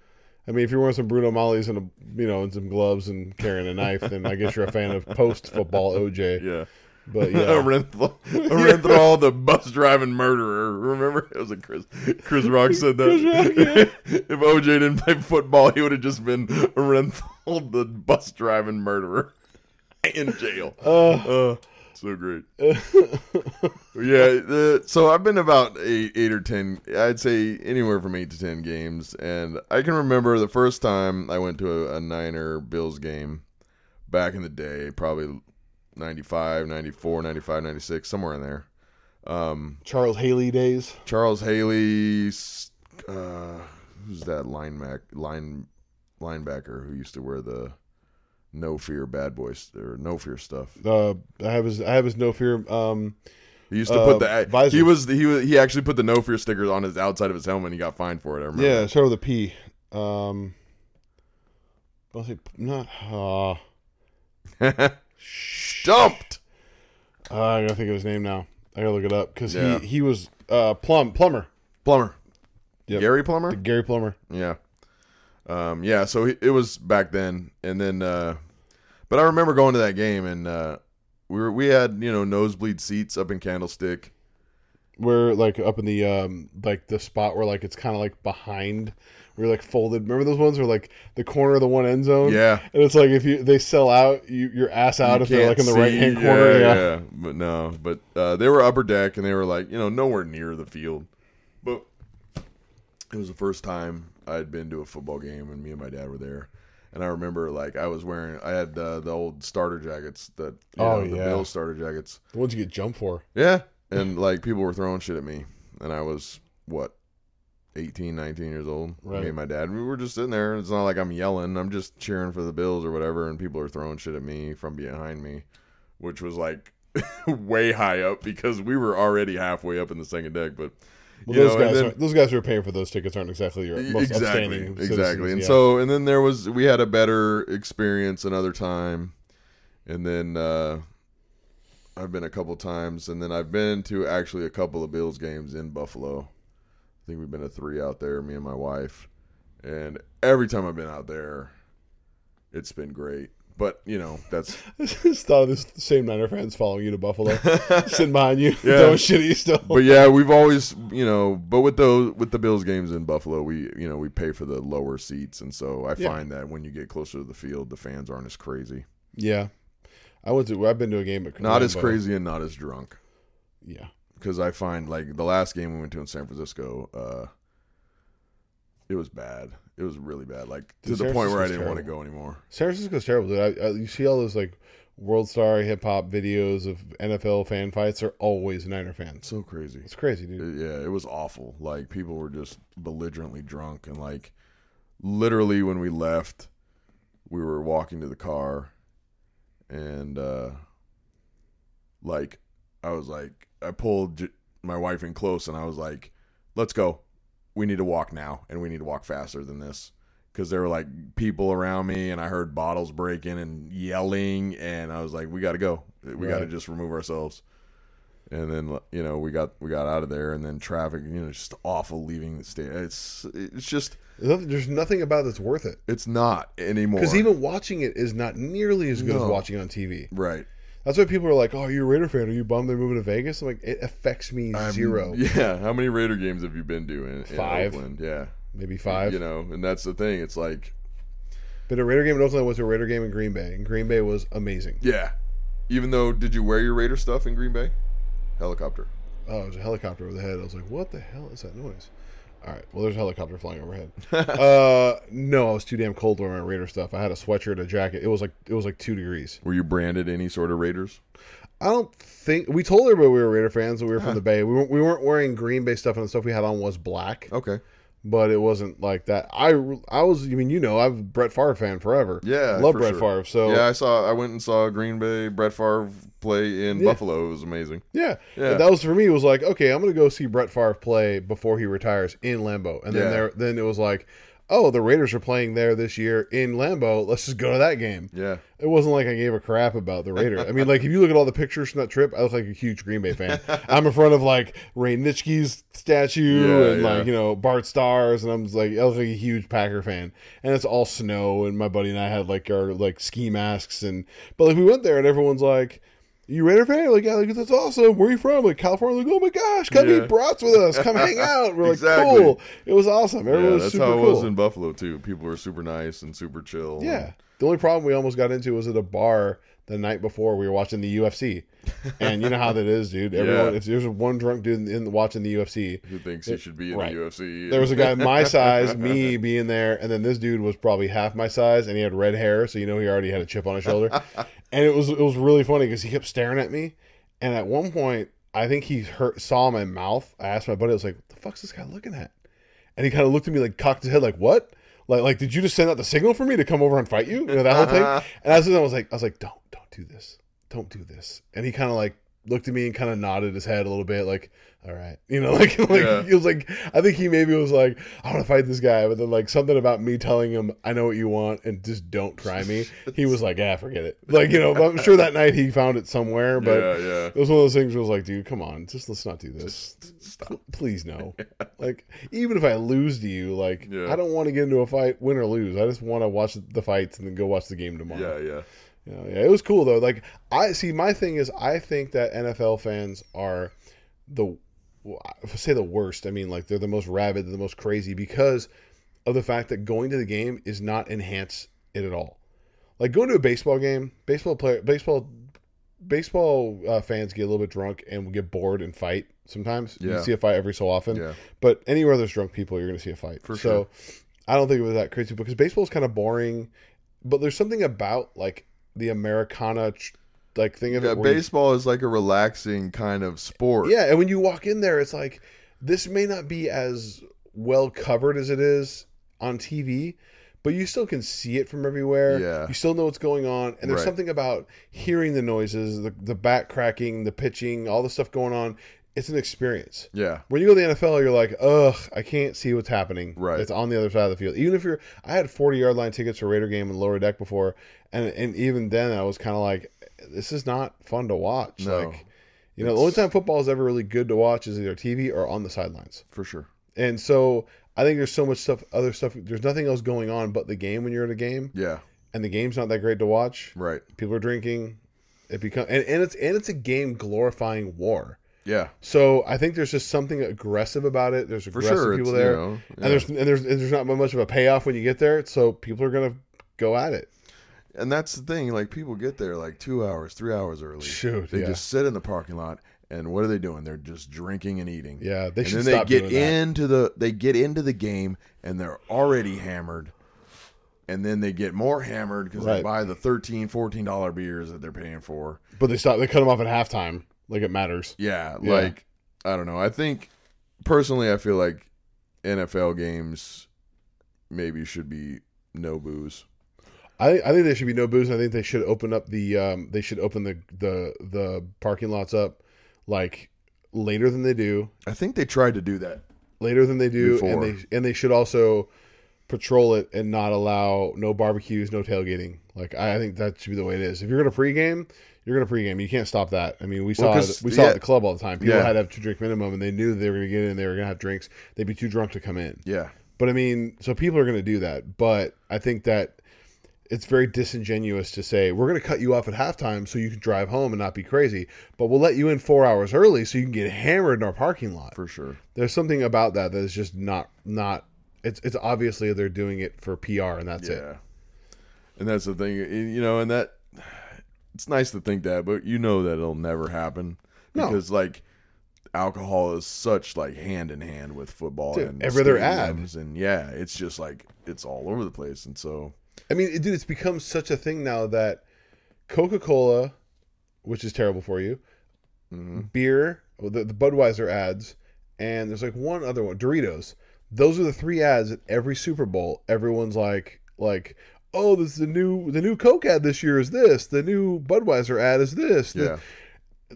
Speaker 4: I mean, if you're wearing some Bruno Mollies and a, you know, and some gloves and carrying a knife, then I guess you're a fan of post football OJ.
Speaker 3: yeah. <laughs>
Speaker 4: But yeah,
Speaker 3: Orenthal, Orenthal, the bus driving murderer. Remember, it was a Chris. Chris Rock said that. <laughs> if OJ didn't play football, he would have just been <laughs> Orenthal, the bus driving murderer, <laughs> in jail. Uh, so great. yeah. The, so I've been about eight, eight or ten. I'd say anywhere from eight to ten games, and I can remember the first time I went to a, a Niner Bills game back in the day, probably 95, 94, 95, 96, somewhere in there. Um,
Speaker 4: Charles Haley days.
Speaker 3: Charles Haley, s- uh, who's that line mac, line linebacker who used to wear the no fear bad boys or no fear stuff.
Speaker 4: Uh, I have his, I have his no fear. Um,
Speaker 3: He used to
Speaker 4: Uh,
Speaker 3: put the
Speaker 4: visor.
Speaker 3: he was he was he actually put the no fear stickers on his outside of his helmet. and He got fined for it. I remember.
Speaker 4: Yeah, start with a P. Um, I'll say p- not. Uh,
Speaker 3: <laughs> stumped.
Speaker 4: Uh, I gotta think of his name now. I gotta look it up because
Speaker 3: Yeah.
Speaker 4: he he was uh Plum Plumber
Speaker 3: Plumber,
Speaker 4: Yep.
Speaker 3: Gary Plumber.
Speaker 4: Gary Plumber.
Speaker 3: Yeah. Um, yeah, so he, it was back then. And then, uh, but I remember going to that game and, uh, we were, we had, you know, nosebleed seats up in Candlestick.
Speaker 4: We're like up in the um like the spot where like it's kind of like behind. We're like folded. Remember those ones where like the corner of the one end zone.
Speaker 3: Yeah.
Speaker 4: And it's like if you they sell out, you your ass out
Speaker 3: You
Speaker 4: if they're
Speaker 3: can't
Speaker 4: like in the
Speaker 3: see.
Speaker 4: right hand corner. Yeah,
Speaker 3: But no, but, uh, they were upper deck and they were like, you know, nowhere near the field. But it was the first time I'd been to a football game and me and my dad were there. And I remember like I was wearing, I had, uh, the old starter jackets that, you
Speaker 4: Oh,
Speaker 3: know, the
Speaker 4: yeah.
Speaker 3: Bill starter jackets.
Speaker 4: the ones you get jumped for.
Speaker 3: Yeah. And like people were throwing shit at me. And I was, what, 18, 19 years old?
Speaker 4: Right.
Speaker 3: Me and my dad, we were just sitting there. It's not like I'm yelling. I'm just cheering for the Bills or whatever. And people are throwing shit at me from behind me, which was like <laughs> way high up because we were already halfway up in the second deck. But,
Speaker 4: Well,
Speaker 3: you
Speaker 4: those
Speaker 3: know, and
Speaker 4: guys,
Speaker 3: then-
Speaker 4: aren't- those guys who are paying for those tickets aren't exactly your most
Speaker 3: E, exactly,
Speaker 4: upstanding.
Speaker 3: exactly.
Speaker 4: citizens,
Speaker 3: and
Speaker 4: yeah. <laughs>
Speaker 3: so, and then there was we had a better experience another time, and then uh, I've been a couple times, and then I've been to actually a couple of Bills games in Buffalo. I think we've been to three out there, me and my wife, and every time I've been out there, it's been great. But you know, that's
Speaker 4: I just thought of this same Niner fans following you
Speaker 3: <laughs>
Speaker 4: to Buffalo, sitting behind you, <laughs> throwing shit at you still.
Speaker 3: but yeah, we've always you know, but with those with the Bills games in Buffalo, we you know we pay for the lower seats, and so I
Speaker 4: Yeah.
Speaker 3: find that when you get closer to the field, the fans aren't as crazy,
Speaker 4: yeah, I went to. I've been to a game at
Speaker 3: not as
Speaker 4: Lambeau.
Speaker 3: crazy, and not as drunk.
Speaker 4: Yeah,
Speaker 3: Because I find like the last game we went to in San Francisco, uh, it was bad. It was really bad, like to
Speaker 4: Dude,
Speaker 3: the
Speaker 4: San
Speaker 3: point where I
Speaker 4: Francisco's
Speaker 3: didn't want to go
Speaker 4: terrible.
Speaker 3: anymore.
Speaker 4: San Francisco's terrible. Dude. I, I, you see all those like World Star hip hop videos of NFL fan fights are always Niner fans.
Speaker 3: So crazy.
Speaker 4: It's crazy, dude.
Speaker 3: Yeah, it was awful. Like people were just belligerently drunk and like literally when we left, we were walking to the car and uh like I was like I pulled J- my wife in close and I was like, "Let's go. We need to walk now and we need to walk faster than this." Cuz there were like people around me and I heard bottles breaking and yelling and I was like, "We got to go. We got to
Speaker 4: Right.
Speaker 3: just remove ourselves." and then you know we got we got out of there and then traffic you know just awful leaving the state it's it's just
Speaker 4: There's nothing about that's worth it.
Speaker 3: it's not anymore
Speaker 4: Because even watching it is not nearly as good
Speaker 3: No.
Speaker 4: as watching it on TV.
Speaker 3: right
Speaker 4: That's why people are like, "Oh, you're a Raider fan? Are you bummed they're moving to Vegas?" I'm like, it affects me zero,
Speaker 3: <laughs> yeah how many raider games have you been to in, in
Speaker 4: Five.
Speaker 3: Oakland? yeah
Speaker 4: maybe five.
Speaker 3: you know and that's the thing it's like
Speaker 4: But a Raider game in Oakland I went to a Raider game in Green Bay, and Green Bay was amazing.
Speaker 3: yeah even though did you wear your raider stuff in green bay helicopter
Speaker 4: Oh, there's a helicopter overhead. I was like, "What the hell is that noise?" All right, well, there's a helicopter
Speaker 3: <laughs>
Speaker 4: flying overhead. uh, no, I was too damn cold to wear my Raider stuff. I had a sweatshirt, a jacket. It was like it was like two degrees.
Speaker 3: were you branded any sort of raiders
Speaker 4: I don't think we told everybody we were Raider fans. That we were from the Bay. We weren't, we weren't wearing Green Bay stuff, and the stuff we had on was black.
Speaker 3: okay
Speaker 4: but it wasn't like that. I I was. I mean, you know, I'm a Brett Favre fan forever.
Speaker 3: yeah
Speaker 4: love
Speaker 3: for
Speaker 4: Brett
Speaker 3: sure.
Speaker 4: Favre. So
Speaker 3: yeah
Speaker 4: yeah,
Speaker 3: i saw i went and saw green bay brett Favre play in
Speaker 4: Yeah.
Speaker 3: buffalo it was amazing
Speaker 4: yeah.
Speaker 3: Yeah.
Speaker 4: that was for me. Was like, okay, I'm gonna go see Brett Favre play before he retires in Lambeau, and then
Speaker 3: Yeah.
Speaker 4: there, then it was like, oh, the Raiders are playing there this year in Lambeau. Let's just go to that game.
Speaker 3: yeah
Speaker 4: It wasn't like I gave a crap about the Raiders. I mean, like if you look at all the pictures from that trip, I look like a huge Green Bay
Speaker 3: <laughs>
Speaker 4: fan. I'm in front of like Ray Nitschke's statue
Speaker 3: Yeah,
Speaker 4: and
Speaker 3: yeah.
Speaker 4: like you know Bart Starrs, and I'm just like I look like a huge Packer fan. And it's all snow, and my buddy and I had like our like ski masks, and but like we went there, and everyone's like. You Raider fan? Like, yeah, like that's awesome. Where are you from? Like California? Like, oh my gosh, come
Speaker 3: Yeah.
Speaker 4: eat brats with us. Come hang out. We're
Speaker 3: <laughs>
Speaker 4: like,
Speaker 3: Exactly.
Speaker 4: cool. It was awesome. Everyone
Speaker 3: yeah,
Speaker 4: was
Speaker 3: that's
Speaker 4: super
Speaker 3: how it
Speaker 4: cool.
Speaker 3: was in Buffalo too. People were super nice and super chill. and-
Speaker 4: Yeah. The only problem we almost got into was at a bar the night before we were watching the UFC. And you know how that is, dude. Everyone,
Speaker 3: Yeah.
Speaker 4: if there's one drunk dude in, in watching the UFC,
Speaker 3: who thinks he should be in
Speaker 4: right.
Speaker 3: the UFC?
Speaker 4: there was a guy my size, me being there, and then this dude was probably half my size, and he had red hair, so you know he already had a chip on his shoulder. and it was it was really funny because he kept staring at me, and at one point, I think he hurt, saw my mouth. I asked my buddy, I was like, "What the fuck's this guy looking at?" And he kind of looked at me like cocked his head, like, "What? Like, like did you just send out the signal for me to come over and fight you? You know that whole thing." And that's when I was like, I was like, "Don't, don't do this, don't do this." And he kind of like looked at me and kind of nodded his head a little bit, like, "All right," you know, <laughs> like, like
Speaker 3: Yeah.
Speaker 4: he was like, I think he maybe was like, "I want to fight this guy," but then like something about me telling him, "I know what you want," and just don't try me. he was like, "Ah, forget it." <laughs> Like you know, but I'm sure that night he found it somewhere, but.
Speaker 3: yeah, yeah.
Speaker 4: It was one of those things where I was like, dude, come on, just let's not do this.
Speaker 3: Stop.
Speaker 4: P-
Speaker 3: <laughs>
Speaker 4: Please no. Like, even if I lose to you, like,
Speaker 3: Yeah.
Speaker 4: I don't want to get into a fight, win or lose. I just want to watch the fights and then go watch the game tomorrow.
Speaker 3: Yeah, yeah.
Speaker 4: You know, yeah, it was cool though. Like, I see. My thing is, I think that NFL fans are the, well, I- if I say the worst, I mean like they're the most rabid, they're the most crazy because of the fact that going to the game is not enhance it at all. Like going to a baseball game, baseball player, baseball, baseball uh, fans get a little bit drunk and will get bored and fight sometimes.
Speaker 3: Yeah.
Speaker 4: You see a fight every so often.
Speaker 3: Yeah.
Speaker 4: But anywhere there's drunk people, you're going to see a fight.
Speaker 3: For
Speaker 4: so I don't think it was that crazy because baseball is kind of boring, but there's something about like the Americana tr- like thing of
Speaker 3: Yeah,
Speaker 4: it. where you-
Speaker 3: baseball is like a relaxing kind of sport.
Speaker 4: yeah, and when you walk in there, it's like this may not be as well covered as it is on TV, but you still can see it from everywhere.
Speaker 3: Yeah.
Speaker 4: You still know what's going on. And there's
Speaker 3: Right.
Speaker 4: something about hearing the noises, the, the bat cracking, the pitching, all the stuff going on. It's an experience.
Speaker 3: yeah,
Speaker 4: When you go to the NFL, you're like, ugh, I can't see what's happening.
Speaker 3: Right.
Speaker 4: It's on the other side of the field. Even if you're, I had 40 yard line tickets to a Raider game in lower deck before, and and even then I was kind of like, this is not fun to watch.
Speaker 3: No.
Speaker 4: Like, you know, the only time football is ever really good to watch is either TV or on the sidelines.
Speaker 3: for sure.
Speaker 4: And so I think there's so much stuff, other stuff. There's nothing else going on but the game when you're at a game,
Speaker 3: Yeah,
Speaker 4: and the game's not that great to watch.
Speaker 3: right.
Speaker 4: People are drinking. It becomes and, and it's and it's a game glorifying war.
Speaker 3: Yeah,
Speaker 4: So I think there's just something aggressive about it. There's
Speaker 3: for
Speaker 4: aggressive
Speaker 3: sure.
Speaker 4: people
Speaker 3: it's,
Speaker 4: there,
Speaker 3: You know, yeah.
Speaker 4: and there's and there's and there's not much of a payoff when you get there. So people are gonna go at it.
Speaker 3: and that's the thing. Like people get there like two hours, three hours early.
Speaker 4: Shoot,
Speaker 3: they
Speaker 4: yeah.
Speaker 3: just sit in the parking lot, and what are they doing? They're just drinking and eating.
Speaker 4: Yeah, they
Speaker 3: and
Speaker 4: should
Speaker 3: then they
Speaker 4: stop
Speaker 3: get
Speaker 4: doing that.
Speaker 3: into the they get into the game, and they're already hammered, and then they get more hammered because they
Speaker 4: Right.
Speaker 3: buy the 13 14 dollar beers that they're paying for
Speaker 4: But they stop. They cut them off at halftime. Like it matters.
Speaker 3: yeah
Speaker 4: Yeah.
Speaker 3: like i don't know i think personally i feel like nfl games maybe should be no booze
Speaker 4: I, I think they should be no booze. and I think they should open up the um, they should open the, the the parking lots up like later than they do,
Speaker 3: i think they tried to do that
Speaker 4: later than they do,
Speaker 3: Before.
Speaker 4: and they and they should also patrol it and not allow no barbecues, no tailgating. Like I I think that should be the way it is. If you're gonna pregame, you're gonna pregame. You can't stop that. I mean, we saw
Speaker 3: Well,
Speaker 4: it,
Speaker 3: 'cause-
Speaker 4: we saw it
Speaker 3: yeah.
Speaker 4: at the club all the time. People
Speaker 3: Yeah.
Speaker 4: had to have two drink minimum, and they knew they were gonna get in. They were gonna have drinks. They'd be too drunk to come in.
Speaker 3: yeah
Speaker 4: But I mean, so people are going to do that. But I think that it's very disingenuous to say we're going to cut you off at halftime so you can drive home and not be crazy, but we'll let you in four hours early so you can get hammered in our parking lot.
Speaker 3: for sure
Speaker 4: There's something about that that is just not not. It's it's obviously they're doing it for PR and that's it.
Speaker 3: yeah and that's the thing you know and that it's nice to think that but you know that it'll never happen
Speaker 4: No.
Speaker 3: because like alcohol is such like hand in hand with football
Speaker 4: Dude,
Speaker 3: and
Speaker 4: every other ad.
Speaker 3: stadiums, and yeah it's just like it's all over the place and so
Speaker 4: I mean, it- dude, it's become such a thing now that Coca Cola, which is terrible for you,
Speaker 3: mhm.
Speaker 4: beer, well, the, the Budweiser ads, and there's like one other one, Doritos. Those are the three ads at every Super Bowl. Everyone's like, like, oh, this is the new the new Coke ad this year is this. The new Budweiser ad is this. The-
Speaker 3: yeah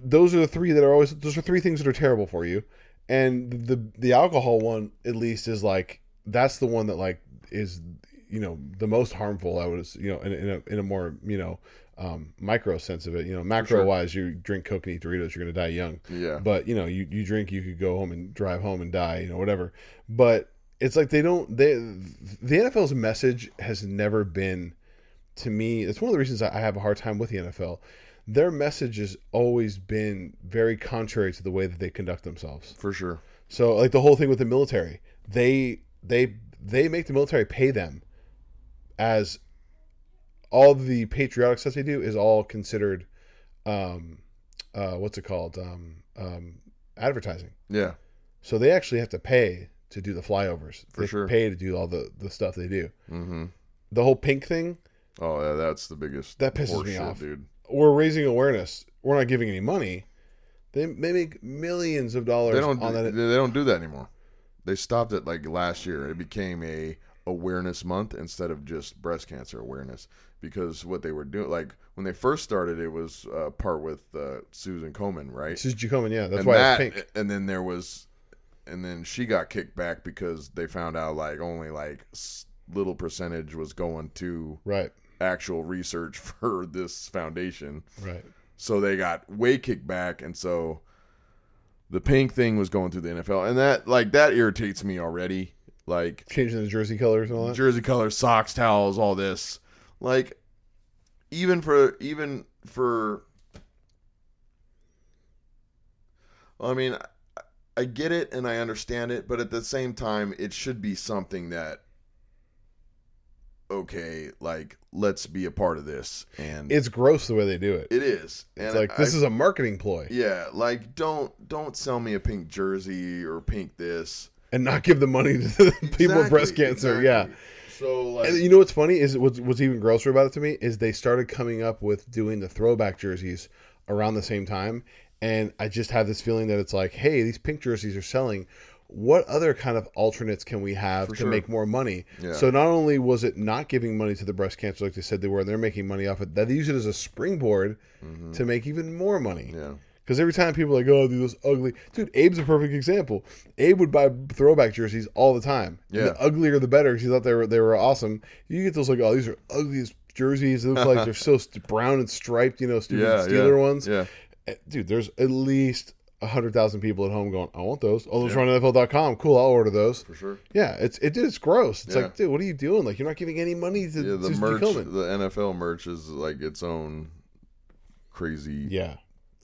Speaker 4: those are the three that are always those are three things that are terrible for you. And the the alcohol one at least is like that's the one that like is you know the most harmful. I would you know in, in a in a more you know um, micro sense of it. You know macro
Speaker 3: sure.
Speaker 4: wise, you drink Coke and eat Doritos, you're gonna die young
Speaker 3: yeah
Speaker 4: but you know you, you drink you could go home and drive home and die you know whatever but it's like they don't they the nfl's message has never been to me it's one of the reasons i I have a hard time with the nfl their message has always been very contrary to the way that they conduct themselves
Speaker 3: for sure
Speaker 4: so like the whole thing with the military they they they make the military pay them as all the patriotic stuff they do is all considered um uh what's it called um um advertising
Speaker 3: yeah
Speaker 4: so they actually have to pay to do the flyovers
Speaker 3: For
Speaker 4: They
Speaker 3: sure.
Speaker 4: pay to do all the the stuff they do
Speaker 3: hmm
Speaker 4: the whole pink thing
Speaker 3: oh yeah that's the biggest
Speaker 4: That pisses
Speaker 3: horse
Speaker 4: me
Speaker 3: shit,
Speaker 4: off.
Speaker 3: dude
Speaker 4: we're raising awareness we're not giving any money they, they make millions of dollars
Speaker 3: they don't
Speaker 4: on
Speaker 3: do,
Speaker 4: that
Speaker 3: they don't do that anymore they stopped it like last year it became a awareness month instead of just breast cancer awareness because what they were doing like when they first started it was uh, part with uh, susan Komen, right
Speaker 4: this is Jacoman, yeah that's
Speaker 3: and
Speaker 4: why
Speaker 3: that,
Speaker 4: it's pink
Speaker 3: and then there was and then she got kicked back because they found out like only like s- little percentage was going to
Speaker 4: right
Speaker 3: actual research <laughs> for this foundation
Speaker 4: right
Speaker 3: so they got way kicked back, and so the pink thing was going through the NFL, and that like that irritates me already. Like
Speaker 4: changing the jersey colors and all that
Speaker 3: jersey colors, socks, towels, all this. Like even for even for, I mean, I- I get it and I understand it, but at the same time, it should be something that okay, like let's be a part of this, and
Speaker 4: it's gross the way they do it
Speaker 3: it is. And
Speaker 4: It's like this
Speaker 3: I-
Speaker 4: is a marketing ploy,
Speaker 3: Yeah, like don't don't sell me a pink jersey or pink this.
Speaker 4: and not give the money to the <laughs> people with breast
Speaker 3: Exactly,
Speaker 4: cancer.
Speaker 3: exactly.
Speaker 4: Yeah,
Speaker 3: So like
Speaker 4: and you know what's funny is what's, what's even grosser about it to me is they started coming up with doing the throwback jerseys around the same time, and I just have this feeling that it's like, hey, these pink jerseys are selling. What other kind of alternates can we have to
Speaker 3: sure.
Speaker 4: make more money?
Speaker 3: Yeah.
Speaker 4: So not only was it not giving money to the breast cancer like they said they were, and they're making money off it. They use it as a springboard to make even more money.
Speaker 3: Mm-hmm. yeah,
Speaker 4: Because every time people are like, oh, dude, those ugly. Dude, Abe's a perfect example. Abe would buy throwback jerseys all the time. And
Speaker 3: Yeah.
Speaker 4: The uglier the better because he thought they were, they were awesome. You get those, like, oh, these are ugly as jerseys. They look like they're so st- brown and striped, you know, stupid
Speaker 3: yeah,
Speaker 4: Steeler
Speaker 3: yeah,
Speaker 4: ones.
Speaker 3: Yeah,
Speaker 4: Eh, Dude, there's at least 100,000 people at home going, I want those. Oh, those are on NFL.com. Cool, I'll order those.
Speaker 3: for sure.
Speaker 4: Yeah, it's it, dude, it's gross. It's
Speaker 3: Yeah.
Speaker 4: like, dude, what are you doing? Like, you're not giving any money to
Speaker 3: Yeah, the
Speaker 4: Susan
Speaker 3: merch,
Speaker 4: Gilman.
Speaker 3: the NFL merch is like its own crazy.
Speaker 4: Yeah.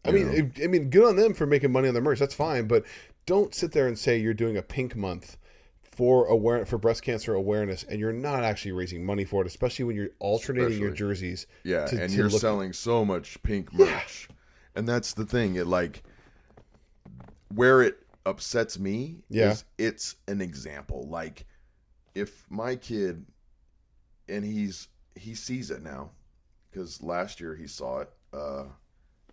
Speaker 4: I
Speaker 3: You
Speaker 4: mean,
Speaker 3: know?
Speaker 4: it- I mean, good on them for making money on their merch. That's fine, but don't sit there and say you're doing a pink month for aware for breast cancer awareness, and you're not actually raising money for it, especially when you're alternating your
Speaker 3: Especially.
Speaker 4: jerseys.
Speaker 3: Yeah,
Speaker 4: to-
Speaker 3: and
Speaker 4: to
Speaker 3: you're
Speaker 4: look-
Speaker 3: selling so much pink merch. And that's the thing. It like where it upsets me
Speaker 4: Yeah.
Speaker 3: is it's an example. Like if my kid and he's he sees it now because last year he saw it, uh,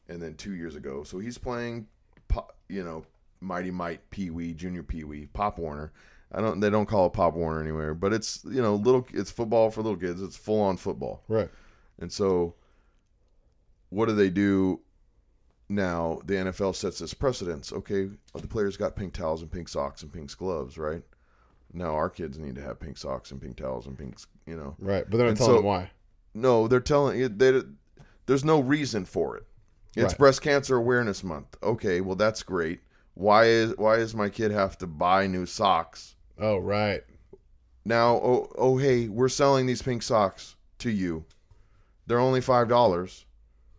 Speaker 3: and then two years ago. So he's playing, Pop- you know, Mighty Might Pee Wee Junior Pee Wee Pop Warner. I don't. They don't call it Pop Warner anywhere, but it's you know little. It's football for little kids. It's full on football.
Speaker 4: Right.
Speaker 3: And so, what do they do now? The NFL sets this precedence. Okay, the players got pink towels and pink socks and pink gloves, right? Now our kids need to have pink socks and pink towels and pink, you know.
Speaker 4: Right. But they're not
Speaker 3: And
Speaker 4: telling
Speaker 3: so-
Speaker 4: them why.
Speaker 3: No, they're telling you they, there's no reason for it. It's
Speaker 4: Right.
Speaker 3: Breast Cancer Awareness Month. Okay, well that's great. Why is why does my kid have to buy new socks?
Speaker 4: Oh, right.
Speaker 3: Now, oh, oh hey, we're selling these pink socks to you. They're only five dollars,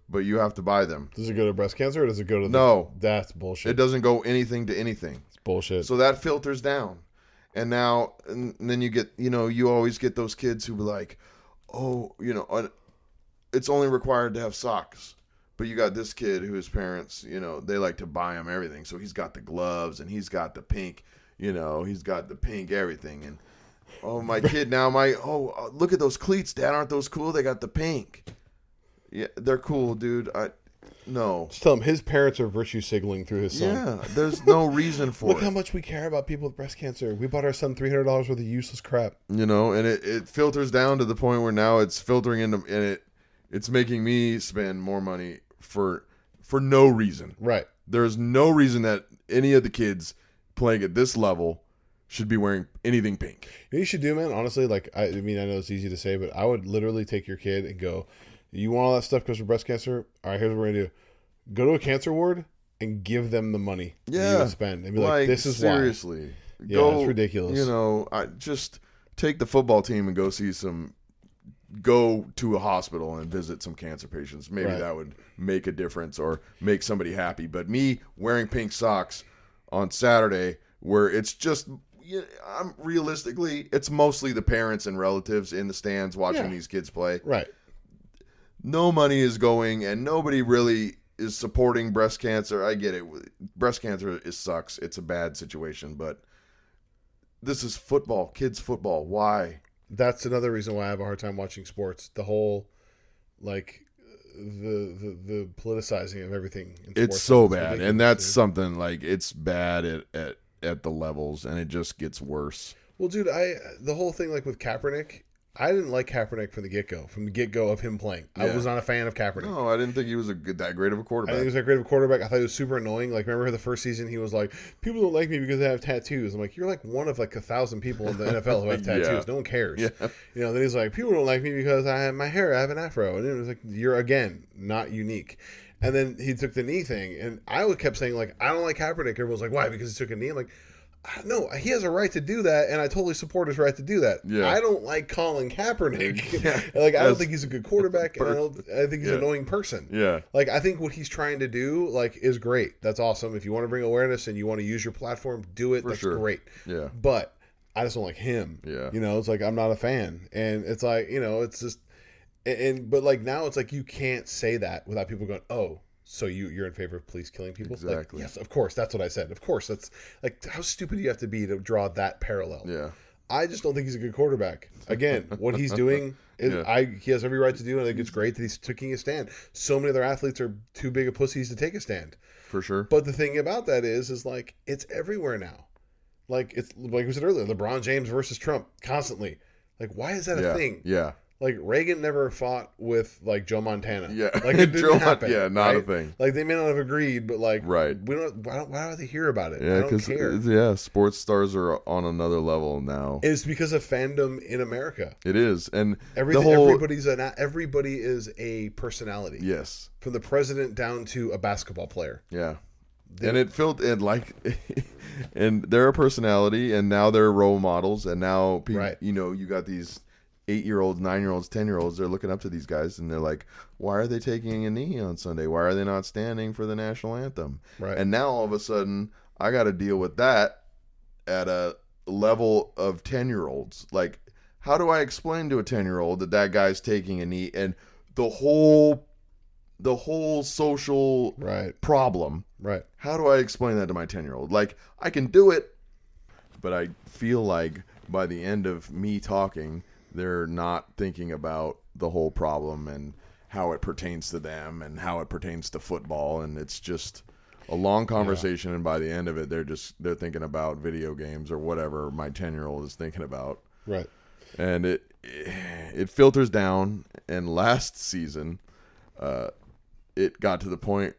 Speaker 3: but you have to buy them.
Speaker 4: Does it go to breast cancer or does it go to the,
Speaker 3: No.
Speaker 4: That's
Speaker 3: It
Speaker 4: bullshit.
Speaker 3: doesn't go anything to anything.
Speaker 4: It's bullshit.
Speaker 3: So that filters down. And now, and then you get, you know, you always get those kids who be like, oh, you know, uh, it's only required to have socks. But you got this kid whose parents, you know, they like to buy him everything. So he's got the gloves and he's got the pink, you know, he's got the pink everything. And oh, my kid now, my, oh, uh, look at those cleats, Dad. Aren't those cool? They got the pink. Yeah, they're cool, dude. I, no.
Speaker 4: Just tell him his parents are virtue signaling through his son.
Speaker 3: Yeah, there's no reason for
Speaker 4: <laughs> Look
Speaker 3: it.
Speaker 4: how much we care about people with breast cancer. We bought our son three hundred dollars worth of useless crap.
Speaker 3: you know and it, it filters down to the point where now it's filtering into and it it's making me spend more money for for no reason
Speaker 4: Right.
Speaker 3: there's no reason that any of the kids playing at this level should be wearing anything pink
Speaker 4: You, know what you should do, man. Honestly, like I, I mean, I know it's easy to say, but I would literally take your kid and go, "You want all that stuff because of breast cancer? All right, here's what we're gonna do: go to a cancer ward and give them the money. that you
Speaker 3: Yeah.
Speaker 4: would spend and be like, this is why.
Speaker 3: seriously
Speaker 4: Yeah, it's ridiculous.
Speaker 3: you know i just take the football team and go see some go to a hospital and visit some cancer patients maybe
Speaker 4: Right.
Speaker 3: that would make a difference or make somebody happy but me wearing pink socks on saturday where it's just yeah, i'm realistically it's mostly the parents and relatives in the stands watching
Speaker 4: Yeah.
Speaker 3: these kids play
Speaker 4: Right.
Speaker 3: no money is going and nobody really is supporting breast cancer. I get it. Breast cancer is sucks. It's a bad situation, but this is football, kids football. Why?
Speaker 4: That's another reason why I have a hard time watching sports. The whole, like, the the, the politicizing of everything. In sports.
Speaker 3: It's so bad.
Speaker 4: ridiculous,
Speaker 3: and that's
Speaker 4: dude.
Speaker 3: something like it's bad at, at at the levels and it just gets worse.
Speaker 4: Well, dude, I the whole thing like with Kaepernick, I didn't like Kaepernick from the get go, from the get go of him playing. I
Speaker 3: Yeah.
Speaker 4: was not a fan of Kaepernick.
Speaker 3: No, I didn't think he was a good, that great of a
Speaker 4: I think he
Speaker 3: quarterback.
Speaker 4: was that great of a quarterback. I thought he was super annoying. Like, remember the first season, he was like, "People don't like me because I have tattoos." I'm like, "You're like one of like a thousand
Speaker 3: <laughs>
Speaker 4: people in the NFL who have
Speaker 3: Yeah.
Speaker 4: tattoos. No one cares."
Speaker 3: Yeah.
Speaker 4: You know. Then he's like, "People don't like me because I have my hair. I have an afro." And it was like, "You're again not unique." And then he took the knee thing, and I would kept saying like, "I don't like Kaepernick." Everyone was like, "Why?" Because he took a knee. I'm like. "I- No, he has a right to do that, and I totally support his right to do that.
Speaker 3: Yeah.
Speaker 4: I don't like Colin Kaepernick.
Speaker 3: <laughs> Yeah.
Speaker 4: like, I don't
Speaker 3: That's-
Speaker 4: think he's a good quarterback, and I, don't, I think he's an
Speaker 3: Yeah.
Speaker 4: annoying person.
Speaker 3: Yeah.
Speaker 4: Like I think what he's trying to do, like, is great. That's awesome. If you want to bring awareness and you want to use your platform, do it. That's
Speaker 3: sure.
Speaker 4: great.
Speaker 3: Yeah.
Speaker 4: But I just don't like him.
Speaker 3: Yeah.
Speaker 4: You know, it's like I'm not a fan, and it's like you know, it's just, and, and but like now it's like you can't say that without people going, oh. So you you're in favor of police killing people? Like,
Speaker 3: Exactly.
Speaker 4: yes, of course. That's what I said. Of course. That's like how stupid do you have to be to draw that parallel.
Speaker 3: Yeah.
Speaker 4: I just don't think he's a good quarterback. Again, what
Speaker 3: <laughs>
Speaker 4: he's doing, is,
Speaker 3: Yeah.
Speaker 4: I he has every right to do, and I think it's great that he's taking a stand. So many other athletes are too big of pussies to take a stand.
Speaker 3: For sure.
Speaker 4: But the thing about that is, is like it's everywhere now. Like it's like we said earlier, LeBron James versus Trump constantly. Like, why is that a
Speaker 3: yeah.
Speaker 4: thing?
Speaker 3: Yeah.
Speaker 4: Like Reagan never fought with like Joe Montana.
Speaker 3: Yeah.
Speaker 4: like it
Speaker 3: <laughs>
Speaker 4: didn't
Speaker 3: Joe Mon-
Speaker 4: happen.
Speaker 3: yeah, not a
Speaker 4: right?
Speaker 3: thing.
Speaker 4: Like they may not have agreed, but like
Speaker 3: Right.
Speaker 4: we don't. Why don't, why do they hear about it? I
Speaker 3: Yeah,
Speaker 4: don't
Speaker 3: cuz
Speaker 4: care.
Speaker 3: yeah, sports stars are on another level now.
Speaker 4: It's because of fandom in America.
Speaker 3: it is. And
Speaker 4: Everything,
Speaker 3: the whole
Speaker 4: everybody's an everybody is a personality
Speaker 3: Yes.
Speaker 4: from the president down to a basketball player.
Speaker 3: Yeah. and it filled and like <laughs> and they're a personality and now they're role models and now people
Speaker 4: Right.
Speaker 3: you know, you got these eight year olds, nine year olds, ten year olds, they're looking up to these guys and they're like, Why are they taking a knee on Sunday? Why are they not standing for the national anthem?
Speaker 4: Right.
Speaker 3: And now all of a sudden I gotta deal with that at a level of ten year olds. Like, how do I explain to a ten year old that that guy's taking a knee and the whole the whole social
Speaker 4: Right.
Speaker 3: problem.
Speaker 4: Right.
Speaker 3: How do I explain that to my 10 year old? Like, I can do it, but I feel like by the end of me talking, They're not thinking about the whole problem and how it pertains to them and how it pertains to football. And it's just a long conversation. And by the end of it, they're just they're thinking about video games or whatever my ten year old is thinking about
Speaker 4: Right.
Speaker 3: and it it filters down. And last season, uh, it got to the point,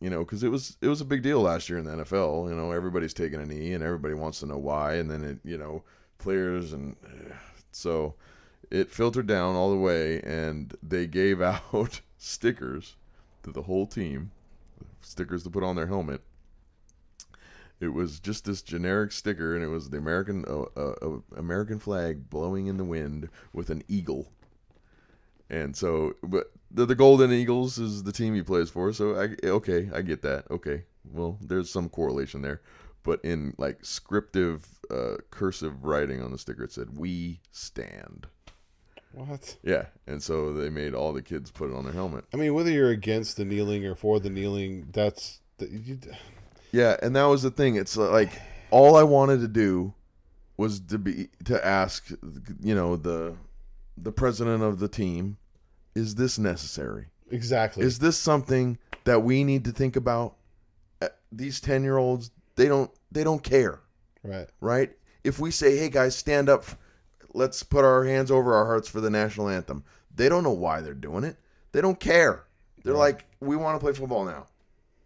Speaker 3: you know, because it was it was a big deal last year in the NFL. You know, everybody's taking a knee, and everybody wants to know why. And then it, you know, players and <sighs> so it filtered down all the way, and they gave <laughs> out stickers to the whole team, stickers to put on their helmet. It was just this generic sticker, and it was the American uh, uh, uh, American flag blowing in the wind with an eagle. And so, but the, the Golden Eagles is the team he plays for. So I okay, I get that. Okay, well, there's some correlation there, but in like scriptive, uh, cursive writing on the sticker, it said "We stand."
Speaker 4: What?
Speaker 3: Yeah, and so they made all the kids put it on their helmet.
Speaker 4: I mean, whether you're against the kneeling or for the kneeling, that's the, you,
Speaker 3: Yeah, and that was the thing. It's uh, like all I wanted to do was to be to ask, you know, the the president of the team, is this necessary?
Speaker 4: exactly.
Speaker 3: Is this something that we need to think about? Uh, These 10-year-olds, they don't they don't care,
Speaker 4: right.
Speaker 3: right? If we say, "Hey guys, stand up. Let's put our hands over our hearts for the national anthem." They don't know why they're doing it. They don't care. They're like, "We want to play football now.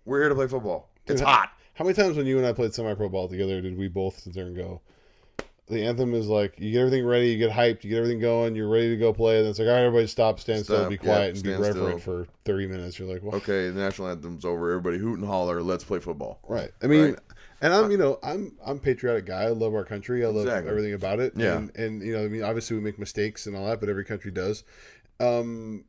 Speaker 3: We're here to play football. It's
Speaker 4: Dude,
Speaker 3: hot."
Speaker 4: How many times when you and I played semi-pro ball together did we both sit there and go, the anthem is like you get everything ready, you get hyped, you get everything going, you're ready to go play, and then it's like, all right, everybody stop, stand still,
Speaker 3: Stop,
Speaker 4: be
Speaker 3: yeah,
Speaker 4: quiet, and be
Speaker 3: stand
Speaker 4: reverent
Speaker 3: still.
Speaker 4: for 30 minutes. You're like, well,
Speaker 3: okay, the national anthem's over. Everybody hoot and holler. Let's play football.
Speaker 4: Right. I mean,
Speaker 3: Right. Uh,
Speaker 4: and I'm you know I'm I'm a patriotic guy. I love our country. I love
Speaker 3: Exactly.
Speaker 4: everything about it.
Speaker 3: Yeah.
Speaker 4: And, and you know I mean obviously we make mistakes and all that, but every country does. Um,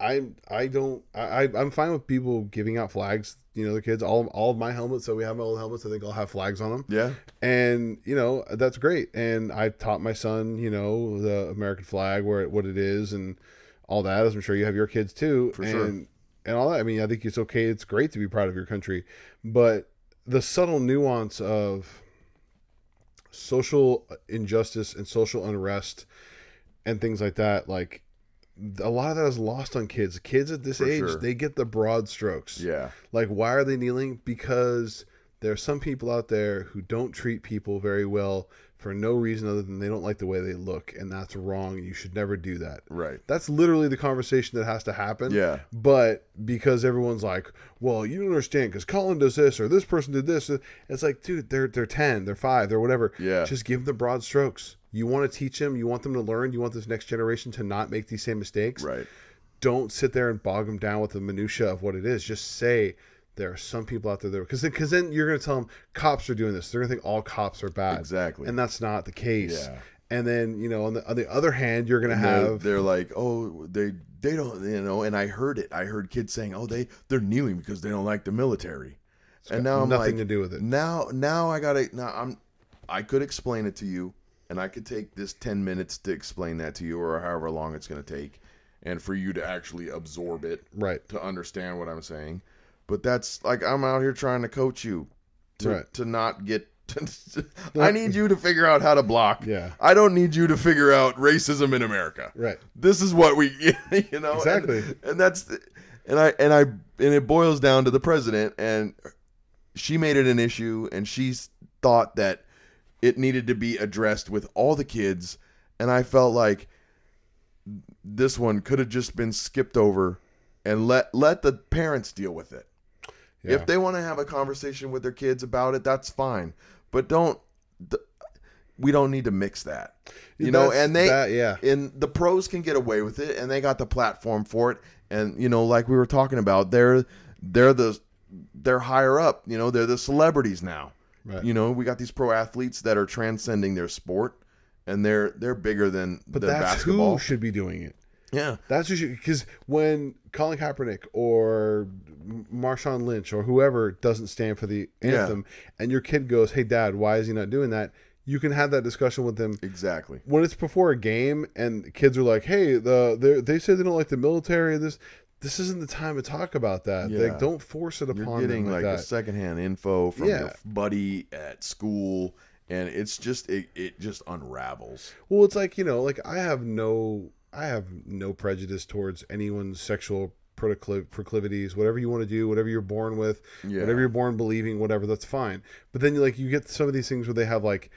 Speaker 4: I'm I don't I I- I'm fine with people giving out flags. You know the kids all all of my helmets. So we have my old helmets. I think I'll have flags on them.
Speaker 3: Yeah,
Speaker 4: And you know that's great. And I taught my son you know the American flag where it, what it is and all that. As I'm sure you have your kids too.
Speaker 3: For
Speaker 4: and,
Speaker 3: sure.
Speaker 4: And all that. I mean I think it's okay. It's great to be proud of your country, but the subtle nuance of social injustice and social unrest and things like that like a lot of that is lost on kids kids at this
Speaker 3: For
Speaker 4: age
Speaker 3: sure.
Speaker 4: they get the broad strokes
Speaker 3: yeah,
Speaker 4: like why are they kneeling because there are some people out there who don't treat people very well for no reason other than they don't like the way they look and that's wrong you should never do that
Speaker 3: right.
Speaker 4: that's literally the conversation that has to happen
Speaker 3: Yeah,
Speaker 4: but because everyone's like, well, you don't understand because Colin does this or this person did this, it's like, dude, they're they're ten, they're five, they're whatever.
Speaker 3: Yeah.
Speaker 4: just give them the broad strokes. You want to teach them, you want them to learn, you want this next generation to not make these same mistakes.
Speaker 3: right.
Speaker 4: Don't sit there and bog them down with the minutia of what it is. Just say there are some people out there that because because then you're going to tell them cops are doing this. They're going to think all cops are bad,
Speaker 3: Exactly.
Speaker 4: and that's not the case.
Speaker 3: Yeah.
Speaker 4: And then you know on the on the other hand, you're going to
Speaker 3: And they're,
Speaker 4: have
Speaker 3: they're like, oh, they they don't, you know. And I heard it. I heard kids saying, oh, they they're kneeling because they don't like the military. and now I'm like,
Speaker 4: nothing to do with it.
Speaker 3: Now, now I gotta. Now I'm. I could explain it to you, and I could take this ten minutes to explain that to you, or however long it's gonna take, and for you to actually absorb it.
Speaker 4: right.
Speaker 3: to understand what I'm saying. But that's like I'm out here trying to coach you to
Speaker 4: Right.
Speaker 3: to not get. <laughs> I need you to figure out how to block.
Speaker 4: Yeah.
Speaker 3: I don't need you to figure out racism in America.
Speaker 4: Right.
Speaker 3: This is what we, <laughs> you know, and-
Speaker 4: Exactly.
Speaker 3: And, that's, the, and I and I and it boils down to the president, and she made it an issue, and she s- thought that it needed to be addressed with all the kids, and I felt like this one could have just been skipped over and let let the parents deal with it.
Speaker 4: Yeah.
Speaker 3: If they want to have a conversation with their kids about it, that's fine. But don't th- we don't need to mix that. You know,
Speaker 4: That's-
Speaker 3: and they
Speaker 4: that- yeah.
Speaker 3: and the pros can get away with it and they got the platform for it and you know like we were talking about they're they're the they're higher up, you know, they're the celebrities now.
Speaker 4: Right.
Speaker 3: You know, we got these pro athletes that are transcending their sport and they're they're bigger than
Speaker 4: But
Speaker 3: the
Speaker 4: that's
Speaker 3: basketball.
Speaker 4: who should be doing it.
Speaker 3: yeah.
Speaker 4: That's who should because when Colin Kaepernick or Marshawn Lynch or whoever doesn't stand for the
Speaker 3: Yeah.
Speaker 4: anthem, and your kid goes, "Hey, Dad, why is he not doing that?" You can have that discussion with them
Speaker 3: Exactly.
Speaker 4: when it's before a game, and kids are like, "Hey, the they they say they don't like the military. This this isn't the time to talk about that.
Speaker 3: Yeah.
Speaker 4: Like, don't force it upon
Speaker 3: You're getting
Speaker 4: them
Speaker 3: like, the
Speaker 4: like, that."
Speaker 3: secondhand info from
Speaker 4: Yeah.
Speaker 3: your buddy at school and it's just it, it just unravels.
Speaker 4: Well, it's like you know, like I have no, I have no prejudice towards anyone's sexual procliv- proclivities. Whatever you want to do, whatever you're born with,
Speaker 3: Yeah.
Speaker 4: whatever you're born believing, whatever that's fine. But then you like you get some of these things where they have like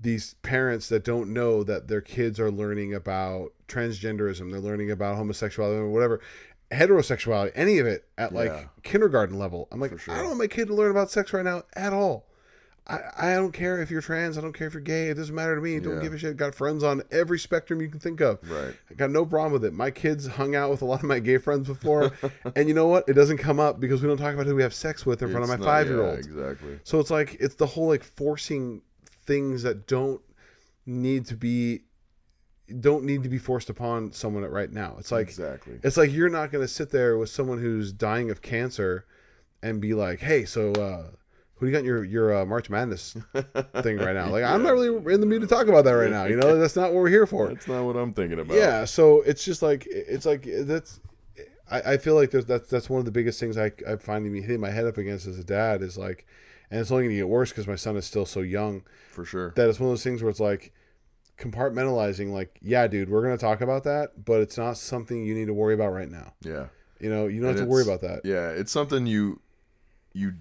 Speaker 4: these parents that don't know that their kids are learning about transgenderism, they're learning about homosexuality or whatever, heterosexuality, any of it at like
Speaker 3: Yeah.
Speaker 4: kindergarten level. I'm like,
Speaker 3: For sure.
Speaker 4: I don't want my kid to learn about sex right now at all. I, I don't care if you're trans. I don't care if you're gay. It doesn't matter to me. Don't
Speaker 3: Yeah.
Speaker 4: give a shit. Got friends on every spectrum you can think of.
Speaker 3: Right.
Speaker 4: I got no problem with it. My kids hung out with a lot of my gay friends before, <laughs> and you know what? It doesn't come up because we don't talk about who we have sex with in front of
Speaker 3: It's
Speaker 4: my
Speaker 3: not-
Speaker 4: five year
Speaker 3: yeah,
Speaker 4: old.
Speaker 3: exactly.
Speaker 4: So it's like it's the whole like forcing things that don't need to be don't need to be forced upon someone right now. It's like
Speaker 3: exactly.
Speaker 4: it's like you're not going to sit there with someone who's dying of cancer and be like, "Hey, so uh, who do you got in your your uh,
Speaker 3: <laughs>
Speaker 4: March Madness thing right now?" Like, I'm not really in the mood to talk about that right now. You know, that's not what we're here for.
Speaker 3: That's not what I'm thinking about.
Speaker 4: Yeah, so it's just like it's like that's. I, I feel like there's that's that's one of the biggest things I I find me hitting my head up against as a dad is like, and it's only going to get worse because my son is still so young
Speaker 3: for sure.
Speaker 4: that it's one of those things where it's like compartmentalizing like yeah dude we're going to talk about that but it's not something you need to worry about right now
Speaker 3: yeah.
Speaker 4: you know you don't have
Speaker 3: And
Speaker 4: to worry
Speaker 3: it's-
Speaker 4: about that
Speaker 3: Yeah, it's something you you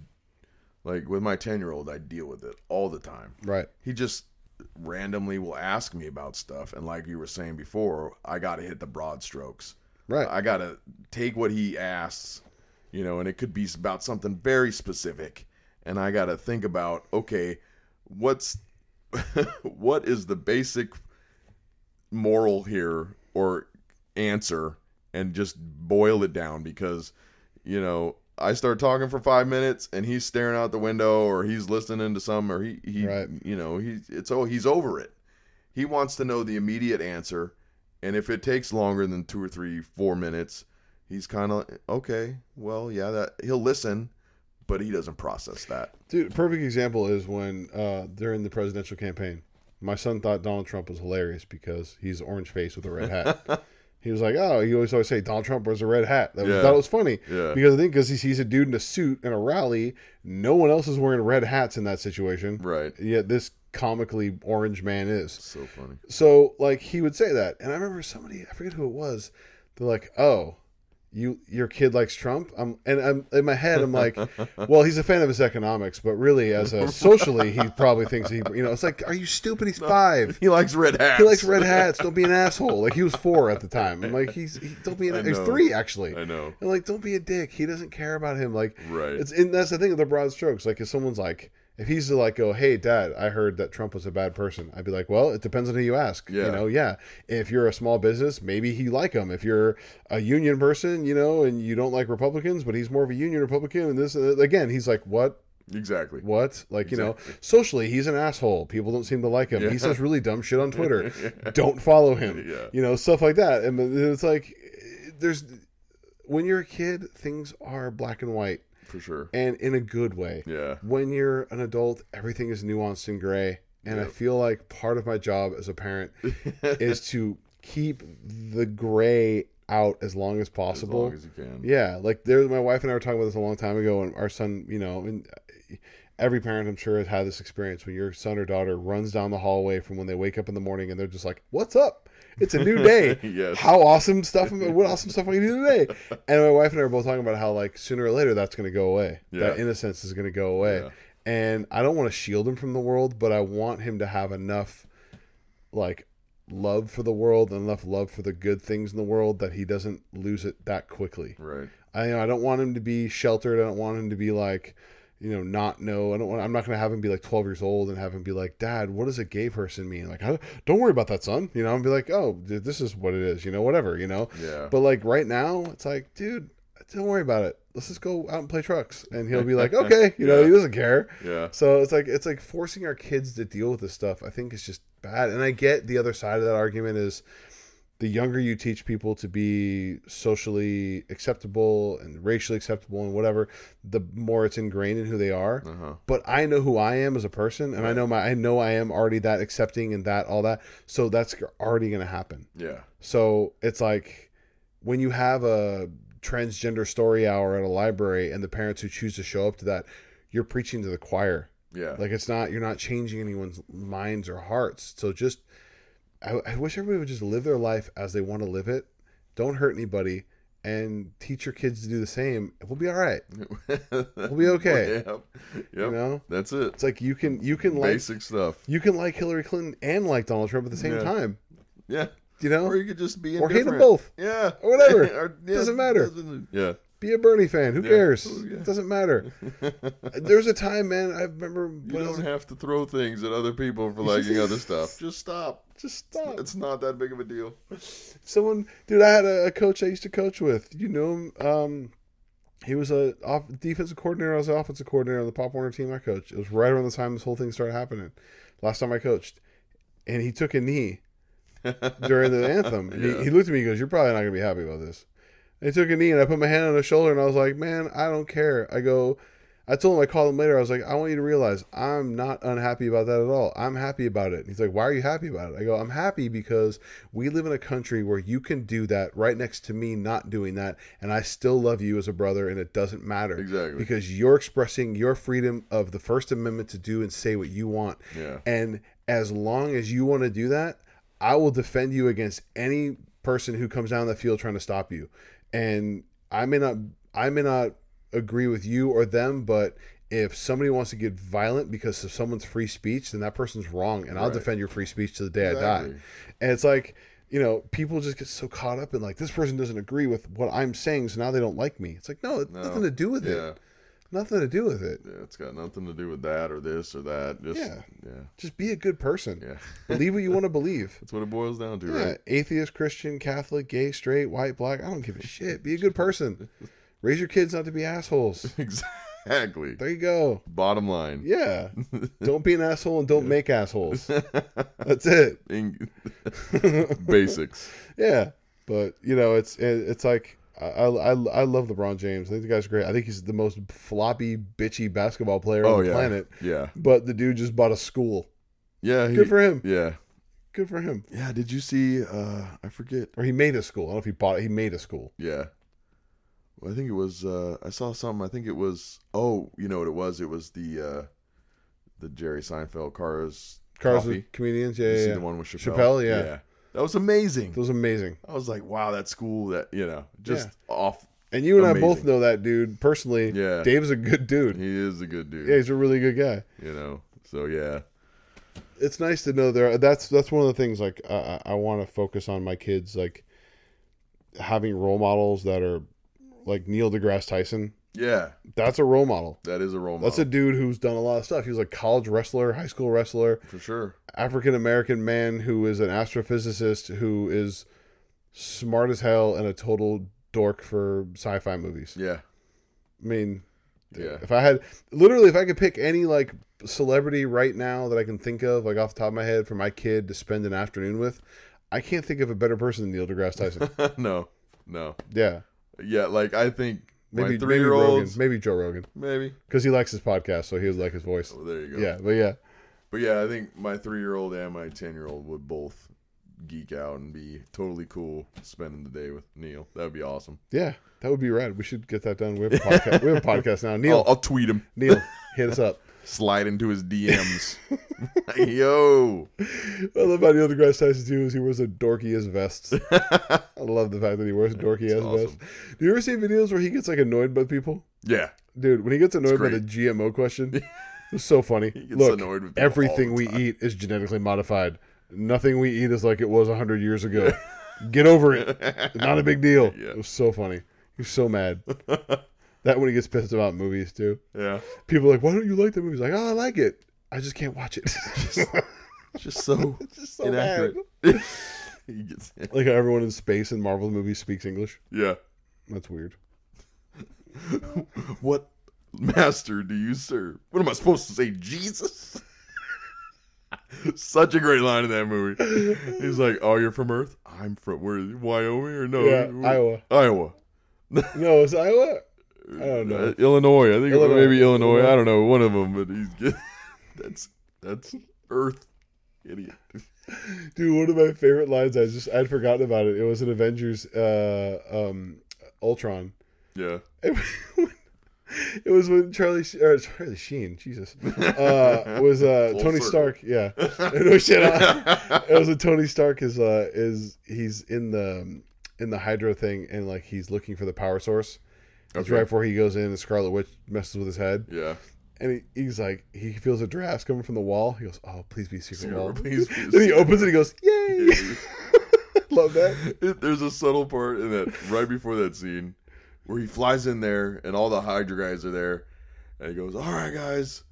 Speaker 3: like with my 10-year-old, I deal with it all the time.
Speaker 4: right
Speaker 3: He just randomly will ask me about stuff and like you were saying before, I got to hit the broad strokes.
Speaker 4: right
Speaker 3: I got to take what he asks, you know, and it could be about something very specific and I got to think about, okay, what's <laughs> what is the basic moral here or answer and just boil it down because you know I start talking for five minutes and he's staring out the window or he's listening to some or he he
Speaker 4: Right.
Speaker 3: you know he it's oh he's over it he wants to know the immediate answer and if it takes longer than two or three four minutes he's kind of okay well yeah that he'll listen but he doesn't process that
Speaker 4: Dude, perfect example is when uh, during the presidential campaign, my son thought Donald Trump was hilarious because he's orange face with a
Speaker 3: <laughs>
Speaker 4: red hat. he was like, "Oh, he always always say Donald Trump wears a red hat." That was,
Speaker 3: Yeah.
Speaker 4: thought it was funny
Speaker 3: Yeah.
Speaker 4: because I think because he sees a dude in a suit in a rally, no one else is wearing red hats in that situation.
Speaker 3: right
Speaker 4: Yet this comically orange man is.
Speaker 3: so funny
Speaker 4: So like he would say that, and I remember somebody I forget who it was. They're like, "Oh, you your kid likes Trump." I'm and I'm in my head. I'm like, "Well, he's a fan of his economics, but really, as a socially, he probably thinks he you know." It's like, "Are you stupid? He's five.
Speaker 3: he likes red hats
Speaker 4: He likes red hats. Don't be an asshole." Like he was four at the time. I'm like, "He's he, don't be
Speaker 3: I
Speaker 4: an he's
Speaker 3: know.
Speaker 4: three actually."
Speaker 3: I know.
Speaker 4: And like, don't be a dick. He doesn't care about him. Like,
Speaker 3: Right.
Speaker 4: It's and that's the thing with the broad strokes. Like, if someone's like, if he's to like go, hey, dad, I heard that Trump was a bad person. I'd be like, well, it depends on who you ask. You
Speaker 3: Yeah.
Speaker 4: know, yeah. If you're a small business, maybe he like him. If you're a union person, you know, and you don't like Republicans, but he's more of a union Republican, and this and that. again, he's like, what?
Speaker 3: Exactly.
Speaker 4: What? Like, you know, socially, he's an asshole. People don't seem to like him. He says really
Speaker 3: <laughs>
Speaker 4: dumb shit on Twitter. Don't follow him.
Speaker 3: Yeah.
Speaker 4: You know, stuff like that. And it's like, there's, when you're a kid, things are black and white
Speaker 3: For sure.
Speaker 4: and in a good way.
Speaker 3: Yeah.
Speaker 4: When you're an adult, everything is nuanced and gray. And I feel like part of my job as
Speaker 3: <laughs>
Speaker 4: a parent is to keep the gray out as long as
Speaker 3: As
Speaker 4: possible.
Speaker 3: long as you can.
Speaker 4: Yeah, like there, my wife and I were talking about this a long time ago, and our son, you know, and every parent I'm sure has had this experience when your son or daughter runs down the hallway from when they wake up in the morning, and they're just like, "What's up? It's
Speaker 3: <laughs>
Speaker 4: a new day.
Speaker 3: Yes.
Speaker 4: How awesome stuff! am- What awesome stuff am I gonna do
Speaker 3: <laughs>
Speaker 4: today?" And my wife and I are both talking about how like sooner or later that's gonna go away. That
Speaker 3: Yeah.
Speaker 4: innocence is gonna go away,
Speaker 3: Yeah.
Speaker 4: and I don't want to shield him from the world, but I want him to have enough like love for the world and enough love for the good things in the world that he doesn't lose it that quickly.
Speaker 3: Right.
Speaker 4: I I don't want him to be sheltered. I don't want him to be like, you know, not know. I don't want. I'm not going to have him be like 12 years old and have him be like, Dad, what does a gay person mean? Like, "Huh? don't worry about that, son. You know, and be like, oh, th- this is what it is. You know, whatever. You know.
Speaker 3: Yeah.
Speaker 4: But like right now, it's like, dude, don't worry about it. Let's just go out and play trucks, and he'll be like, okay, you know, he doesn't care.
Speaker 3: Yeah.
Speaker 4: So it's like it's like forcing our kids to deal with this stuff. I think is just bad. And I get the other side of that argument is the younger you teach people to be socially acceptable and racially acceptable and whatever, the more it's ingrained in who they are.
Speaker 3: Uh-huh.
Speaker 4: But I know who I am as a person, and I know my I know I am already that accepting and that all that. So that's already going to happen.
Speaker 3: Yeah.
Speaker 4: So it's like when you have a transgender story hour at a library and the parents who choose to show up to that, you're preaching to the choir.
Speaker 3: Yeah.
Speaker 4: Like it's not you're not changing anyone's minds or hearts. So just I, I wish everybody would just live their life as they want to live it. Don't hurt anybody and teach your kids to do the same. We'll be all right.
Speaker 3: <laughs> we'll
Speaker 4: be okay.
Speaker 3: Yep. Yep.
Speaker 4: You know?
Speaker 3: That's it.
Speaker 4: It's like you can you can like
Speaker 3: Basic stuff.
Speaker 4: you can like Hillary Clinton and like Donald Trump at the same
Speaker 3: Yeah.
Speaker 4: time.
Speaker 3: Yeah.
Speaker 4: You know?
Speaker 3: Or you could just be
Speaker 4: Or hate 'em
Speaker 3: indifferent.
Speaker 4: both.
Speaker 3: Yeah. <laughs>
Speaker 4: Or whatever.
Speaker 3: yeah,
Speaker 4: Doesn't matter.
Speaker 3: doesn't- yeah.
Speaker 4: Be a Bernie fan. Who
Speaker 3: Yeah.
Speaker 4: cares?
Speaker 3: Oh, yeah.
Speaker 4: It
Speaker 3: <laughs>
Speaker 4: doesn't matter. There's a time, man. I remember
Speaker 3: You
Speaker 4: when I was
Speaker 3: don't have to throw things at other people for liking other
Speaker 4: <laughs>
Speaker 3: stuff. Just stop.
Speaker 4: just stop.
Speaker 3: It's not that big of a deal.
Speaker 4: someone dude i had a, a coach i used to coach with you know him um he was a off, defensive coordinator i was the offensive coordinator of the pop warner team i coached it was right around the time this whole thing started happening last time i coached and he took
Speaker 3: <laughs>
Speaker 4: a knee during the anthem And
Speaker 3: Yeah.
Speaker 4: he, he looked at me he goes you're probably not going to be happy about this and he took a knee and i put my hand on his shoulder and i was like man i don't care i go I told him I called him later. I was like, I want you to realize I'm not unhappy about that at all. I'm happy about it. And he's like, Why are you happy about it? I go, I'm happy because we live in a country where you can do that right next to me not doing that, and I still love you as a brother, and it doesn't matter
Speaker 3: Exactly.
Speaker 4: because you're expressing your freedom of the First Amendment to do and say what you want.
Speaker 3: Yeah.
Speaker 4: And as long as you want to do that, I will defend you against any person who comes down the field trying to stop you. And I may not I may not agree with you or them, but if somebody wants to get violent because of someone's free speech, then that person's wrong, and I'll
Speaker 3: Right.
Speaker 4: defend your free speech to the day I die.
Speaker 3: Exactly.
Speaker 4: And it's like, you know, people just get so caught up in like this person doesn't agree with what I'm saying, so now they don't like me. It's like, no, it's
Speaker 3: No.
Speaker 4: nothing to do with
Speaker 3: Yeah.
Speaker 4: it. Nothing to do with it.
Speaker 3: Yeah. It's got nothing to do with that or this or that. Just
Speaker 4: Yeah.
Speaker 3: yeah.
Speaker 4: Just be a good person.
Speaker 3: Yeah. <laughs>
Speaker 4: believe what you want to believe.
Speaker 3: That's what it boils down to,
Speaker 4: Yeah,
Speaker 3: right? <laughs>
Speaker 4: atheist, Christian, Catholic, gay, straight, white, black. I don't give a shit. Be a
Speaker 3: <laughs>
Speaker 4: good person. Raise your kids not to be assholes.
Speaker 3: Exactly.
Speaker 4: There you go.
Speaker 3: Bottom line. <laughs>
Speaker 4: Yeah. Don't be an asshole and don't make assholes. That's it.
Speaker 3: <laughs> In- Basics.
Speaker 4: Yeah. But you know, it's it, it's like I, I I love LeBron James. I think the guy's great. I think he's the most floppy, bitchy basketball player
Speaker 3: Oh
Speaker 4: on the
Speaker 3: yeah.
Speaker 4: planet.
Speaker 3: Yeah.
Speaker 4: But the dude just bought a school.
Speaker 3: Yeah. he-
Speaker 4: Good for him.
Speaker 3: Yeah.
Speaker 4: Good for him.
Speaker 3: Yeah. Did you see? uh I forget.
Speaker 4: Or he made a school. I don't know if he bought it. He made a school.
Speaker 3: Yeah. Well, I think it was. uh I saw something. I think it was. Oh, you know what it was? It was the uh the Jerry Seinfeld cars.
Speaker 4: Cars
Speaker 3: coffee.
Speaker 4: with comedians.
Speaker 3: You
Speaker 4: Yeah, yeah,
Speaker 3: see
Speaker 4: yeah.
Speaker 3: the one with Chappelle.
Speaker 4: Chappelle, yeah.
Speaker 3: That was amazing.
Speaker 4: That was amazing.
Speaker 3: I was like, wow, that's cool. That you know, just off.
Speaker 4: And you and I both
Speaker 3: Amazing.
Speaker 4: know that dude personally.
Speaker 3: Yeah.
Speaker 4: Dave's a good dude.
Speaker 3: He is a good dude.
Speaker 4: yeah, he's a really good guy.
Speaker 3: You know. So yeah.
Speaker 4: It's nice to know there. That's that's one of the things like I I, I want to focus on my kids like having role models that are like Neil deGrasse Tyson.
Speaker 3: Yeah.
Speaker 4: That's a role model.
Speaker 3: That is a role model.
Speaker 4: That's a dude who's done a lot of stuff. He was a college wrestler, high school wrestler,
Speaker 3: for sure.
Speaker 4: African American man who is an astrophysicist who is smart as hell and a total dork for sci-fi movies.
Speaker 3: Yeah.
Speaker 4: I mean,
Speaker 3: Yeah.
Speaker 4: If I had literally, if I could pick any like celebrity right now that I can think of, like off the top of my head, for my kid to spend an afternoon with, I can't think of a better person than Neil deGrasse
Speaker 3: <laughs>
Speaker 4: Tyson.
Speaker 3: no. No.
Speaker 4: yeah,
Speaker 3: Yeah. Like I think
Speaker 4: maybe
Speaker 3: my three year olds.
Speaker 4: maybe, Rogan, maybe Joe Rogan,
Speaker 3: Maybe.
Speaker 4: because he likes his podcast, so he would like his voice.
Speaker 3: Oh, there you go.
Speaker 4: Yeah, but yeah,
Speaker 3: But yeah, I think my three year old and my ten year old would both geek out and be totally cool spending the day with Neil. That would be awesome.
Speaker 4: yeah, that would be rad. We should get that done. We have a podcast. we have
Speaker 3: <laughs>
Speaker 4: a podcast now. Neil,
Speaker 3: I'll, I'll tweet him.
Speaker 4: Neil, hit us up.
Speaker 3: Slide into his
Speaker 4: <laughs>
Speaker 3: DMs. Yo.
Speaker 4: I love how Neil deGrasse Tyson too is he wears the dorkiest
Speaker 3: <laughs>
Speaker 4: vests. I love the fact that he wears dorky ass
Speaker 3: awesome.
Speaker 4: vests. Do you ever see videos where he gets like annoyed by people? <laughs>
Speaker 3: Yeah.
Speaker 4: Dude, when he gets annoyed by the
Speaker 3: great.
Speaker 4: GMO question,
Speaker 3: <laughs>
Speaker 4: it's so funny.
Speaker 3: gets
Speaker 4: Look,
Speaker 3: annoyed with people all
Speaker 4: everything
Speaker 3: the
Speaker 4: we eat is genetically modified. Nothing we eat is like it was 100 years ago. <laughs> Get over it. It's Not a big deal.
Speaker 3: <laughs> Yeah.
Speaker 4: It was so funny. He's
Speaker 3: <laughs>
Speaker 4: so mad. that when he gets pissed about movies, too.
Speaker 3: Yeah.
Speaker 4: People are like, why don't you like the movies? Like, oh, I like it. I just can't watch it. <laughs>
Speaker 3: Just <laughs> so,
Speaker 4: just so
Speaker 3: inaccurate. <laughs> he gets
Speaker 4: like how everyone in space in Marvel movies speaks English.
Speaker 3: Yeah.
Speaker 4: That's weird.
Speaker 3: <laughs>
Speaker 4: <laughs>
Speaker 3: What master do you serve? What am I supposed to say, Jesus? <laughs> Such a great line in that movie. He's like, "Oh, you're from Earth? I'm from where? Wyoming or no?
Speaker 4: Yeah,
Speaker 3: where-
Speaker 4: Iowa.
Speaker 3: Iowa.
Speaker 4: No, it's Iowa. I don't know.
Speaker 3: Uh, Illinois. I think it was
Speaker 4: Illinois.
Speaker 3: maybe Illinois. I don't know. One of them, but he's get- <laughs> that's that's Earth, idiot.
Speaker 4: Dude, one of my favorite lines. I just I'd forgotten about it. It was an Avengers, uh, um, Ultron.
Speaker 3: Yeah,
Speaker 4: it was when Charlie Sh- or Charlie Sheen, Jesus,
Speaker 3: <laughs>
Speaker 4: uh, was uh,
Speaker 3: Full
Speaker 4: Tony
Speaker 3: circle.
Speaker 4: Stark. Yeah,
Speaker 3: <laughs>
Speaker 4: <laughs> no shit. uh, it was a Tony Stark is uh, is he's in the in the Hydra thing and like he's looking for the power source. That's
Speaker 3: Okay.
Speaker 4: right before he goes in and Scarlet Witch messes with his head <laughs>
Speaker 3: Yeah.
Speaker 4: and he, he's like he feels a draft coming from the wall. He goes, "Oh, please be secret
Speaker 3: Secret
Speaker 4: wall."
Speaker 3: wall, please be
Speaker 4: <laughs> then he opens it. He goes, "Yay!"
Speaker 3: <laughs>
Speaker 4: Love that.
Speaker 3: It- <laughs> There's a subtle part in that right before that scene where he flies in there and all the Hydra guys are there, and he goes, "All right, guys,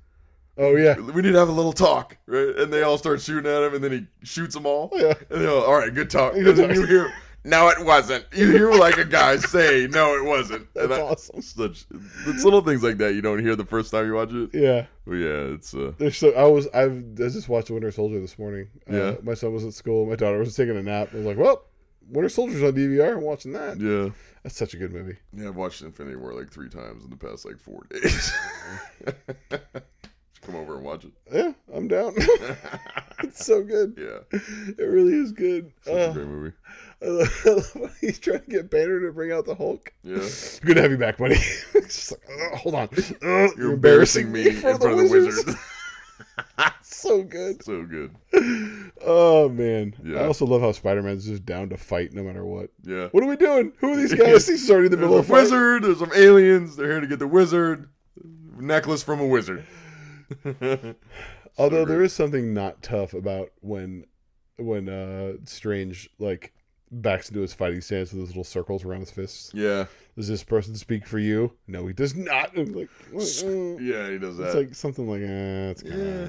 Speaker 4: Oh yeah.
Speaker 3: <laughs> we need to have a little talk, right?" And they all start shooting at him, and then he shoots them all.
Speaker 4: Yeah.
Speaker 3: And they go, "All right, Oh, <laughs> good talk."
Speaker 4: Good
Speaker 3: And then
Speaker 4: talk.
Speaker 3: you hear, "No, it wasn't." You hear like a <laughs> guy say, "No, it wasn't." And
Speaker 4: That's
Speaker 3: I-
Speaker 4: awesome.
Speaker 3: Such it's little things like that you don't hear the first time you watch it.
Speaker 4: Yeah.
Speaker 3: But yeah, it's uh,
Speaker 4: There's so I was I've I just watched Winter Soldier this morning. Uh,
Speaker 3: Yeah.
Speaker 4: my son was at school. My daughter was taking a nap. I was like, "Well, Winter Soldier's on DVR. I'm watching that.
Speaker 3: yeah.
Speaker 4: That's such a good movie."
Speaker 3: Yeah, I've watched Infinity War like three times in the past like four <laughs> days. Just Come over and watch it.
Speaker 4: Yeah, I'm down. <laughs> it's so good.
Speaker 3: <laughs> Yeah,
Speaker 4: It really is good.
Speaker 3: such a
Speaker 4: Uh,
Speaker 3: great movie.
Speaker 4: I love, <laughs> I love when he's trying to get Banner to bring out the Hulk.
Speaker 3: Yeah,
Speaker 4: <laughs> Good to have you back, buddy. <laughs> It's just like, "Ugh, hold
Speaker 3: <laughs>
Speaker 4: on. Ugh,
Speaker 3: you're embarrassing me in front of the
Speaker 4: Wizards." <laughs>
Speaker 3: wizard. <laughs>
Speaker 4: so good. <laughs>
Speaker 3: so good.
Speaker 4: Oh man.
Speaker 3: Yeah.
Speaker 4: I also love how Spider Man's just down to fight no matter what.
Speaker 3: Yeah,
Speaker 4: What are we doing? Who are these guys? He's already in the middle
Speaker 3: there's <laughs>
Speaker 4: of
Speaker 3: a
Speaker 4: a fight.
Speaker 3: wizard. There's some aliens. They're here to get the wizard necklace from a wizard. <laughs>
Speaker 4: Although there
Speaker 3: great.
Speaker 4: is something not tough about when when uh Strange like backs into his fighting stance with those little circles around his fists.
Speaker 3: Yeah,
Speaker 4: Does this person speak for you? No, he does not. <laughs> And like, like, "Mm."
Speaker 3: yeah, he does that.
Speaker 4: it's like something like eh, it's kind of
Speaker 3: Yeah.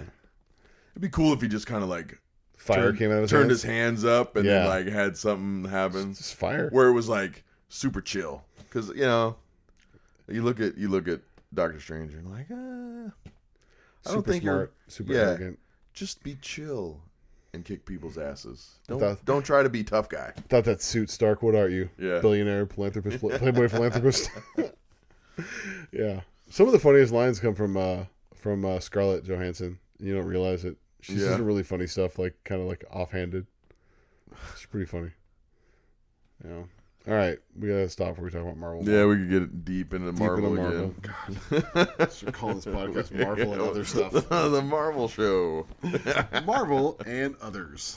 Speaker 3: It'd be cool if he just kind of like
Speaker 4: fire
Speaker 3: turned,
Speaker 4: came out of his
Speaker 3: turned
Speaker 4: hands.
Speaker 3: his hands up and then
Speaker 4: Yeah.
Speaker 3: like had something happen.
Speaker 4: It's just fire.
Speaker 3: where it was like super chill because you know you look at you look at Doctor Strange and you're like uh, I don't
Speaker 4: super
Speaker 3: think you're
Speaker 4: smart, super
Speaker 3: yeah.
Speaker 4: arrogant.
Speaker 3: just be chill and kick people's asses. Don't
Speaker 4: That-
Speaker 3: don't try to be tough guy.
Speaker 4: Thought that suit, Stark. What are you?
Speaker 3: Yeah.
Speaker 4: Billionaire,
Speaker 3: <laughs>
Speaker 4: philanthropist, pl- playboy philanthropist. <laughs> yeah. Some of the funniest lines come from uh, from uh, Scarlett Johansson. You don't realize it. She says
Speaker 3: Yeah.
Speaker 4: some really funny stuff, like kind of like offhanded. It's pretty funny. Yeah. All right, we gotta stop before we talk about Marvel.
Speaker 3: Yeah, we could get deep into
Speaker 4: Deep into
Speaker 3: Marvel
Speaker 4: Marvel.
Speaker 3: again.
Speaker 5: God. Should call
Speaker 3: <laughs>
Speaker 5: this podcast Marvel and other stuff.
Speaker 3: the Marvel show.
Speaker 5: Marvel and others.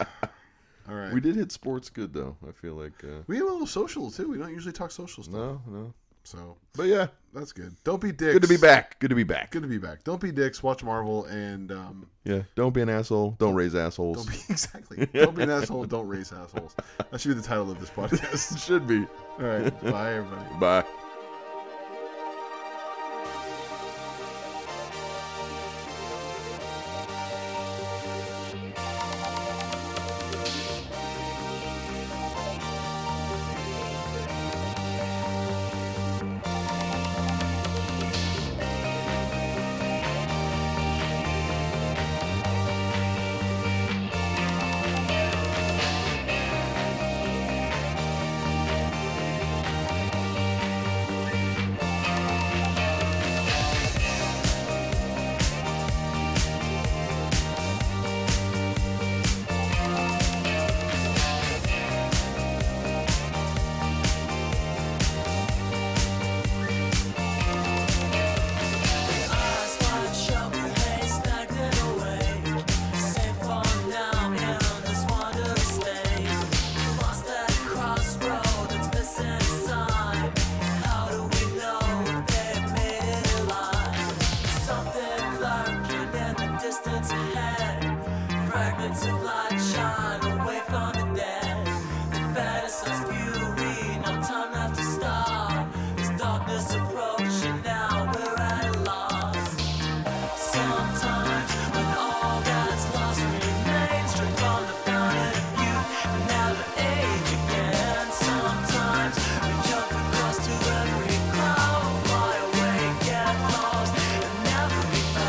Speaker 5: All right.
Speaker 3: We
Speaker 5: We,
Speaker 3: did hit sports good though. I feel like uh,
Speaker 5: have a little social too. We don't usually talk social stuff,
Speaker 3: no, no,
Speaker 5: so
Speaker 3: but yeah,
Speaker 5: that's good. Don't be dicks.
Speaker 3: good to be back. Good to be back.
Speaker 5: Good to be back. Don't be dicks. Watch Marvel and um,
Speaker 3: Yeah, don't be an asshole. Don't raise assholes.
Speaker 5: don't be <laughs> exactly. Don't be an asshole. Don't raise assholes. That should be the title of this podcast. <laughs>
Speaker 3: <laughs> Should be.
Speaker 5: All right. Bye, everybody.
Speaker 3: Bye.
Speaker 6: Distance ahead, fragments of light shine away from the dead. The fantasy's fury, no time left to stop. This darkness approaching now, we're at a loss. Sometimes when all that's lost remains Drink on the fountain of youth and never age again Sometimes we jump across to every cloud Fly away, get lost and never be found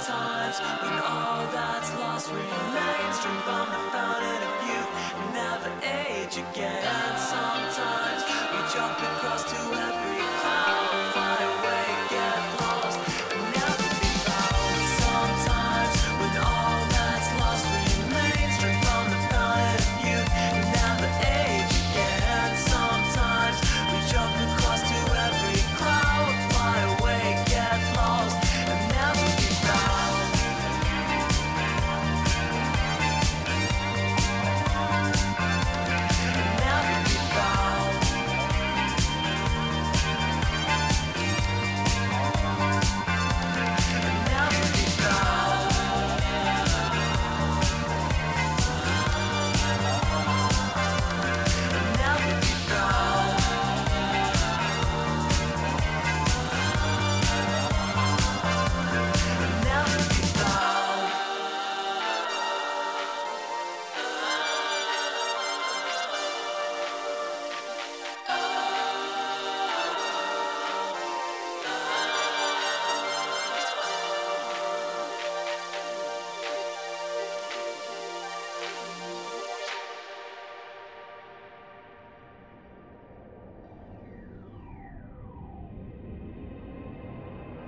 Speaker 6: times when all that's lost remains. Drink from the fountain of youth, and never age again. Dance on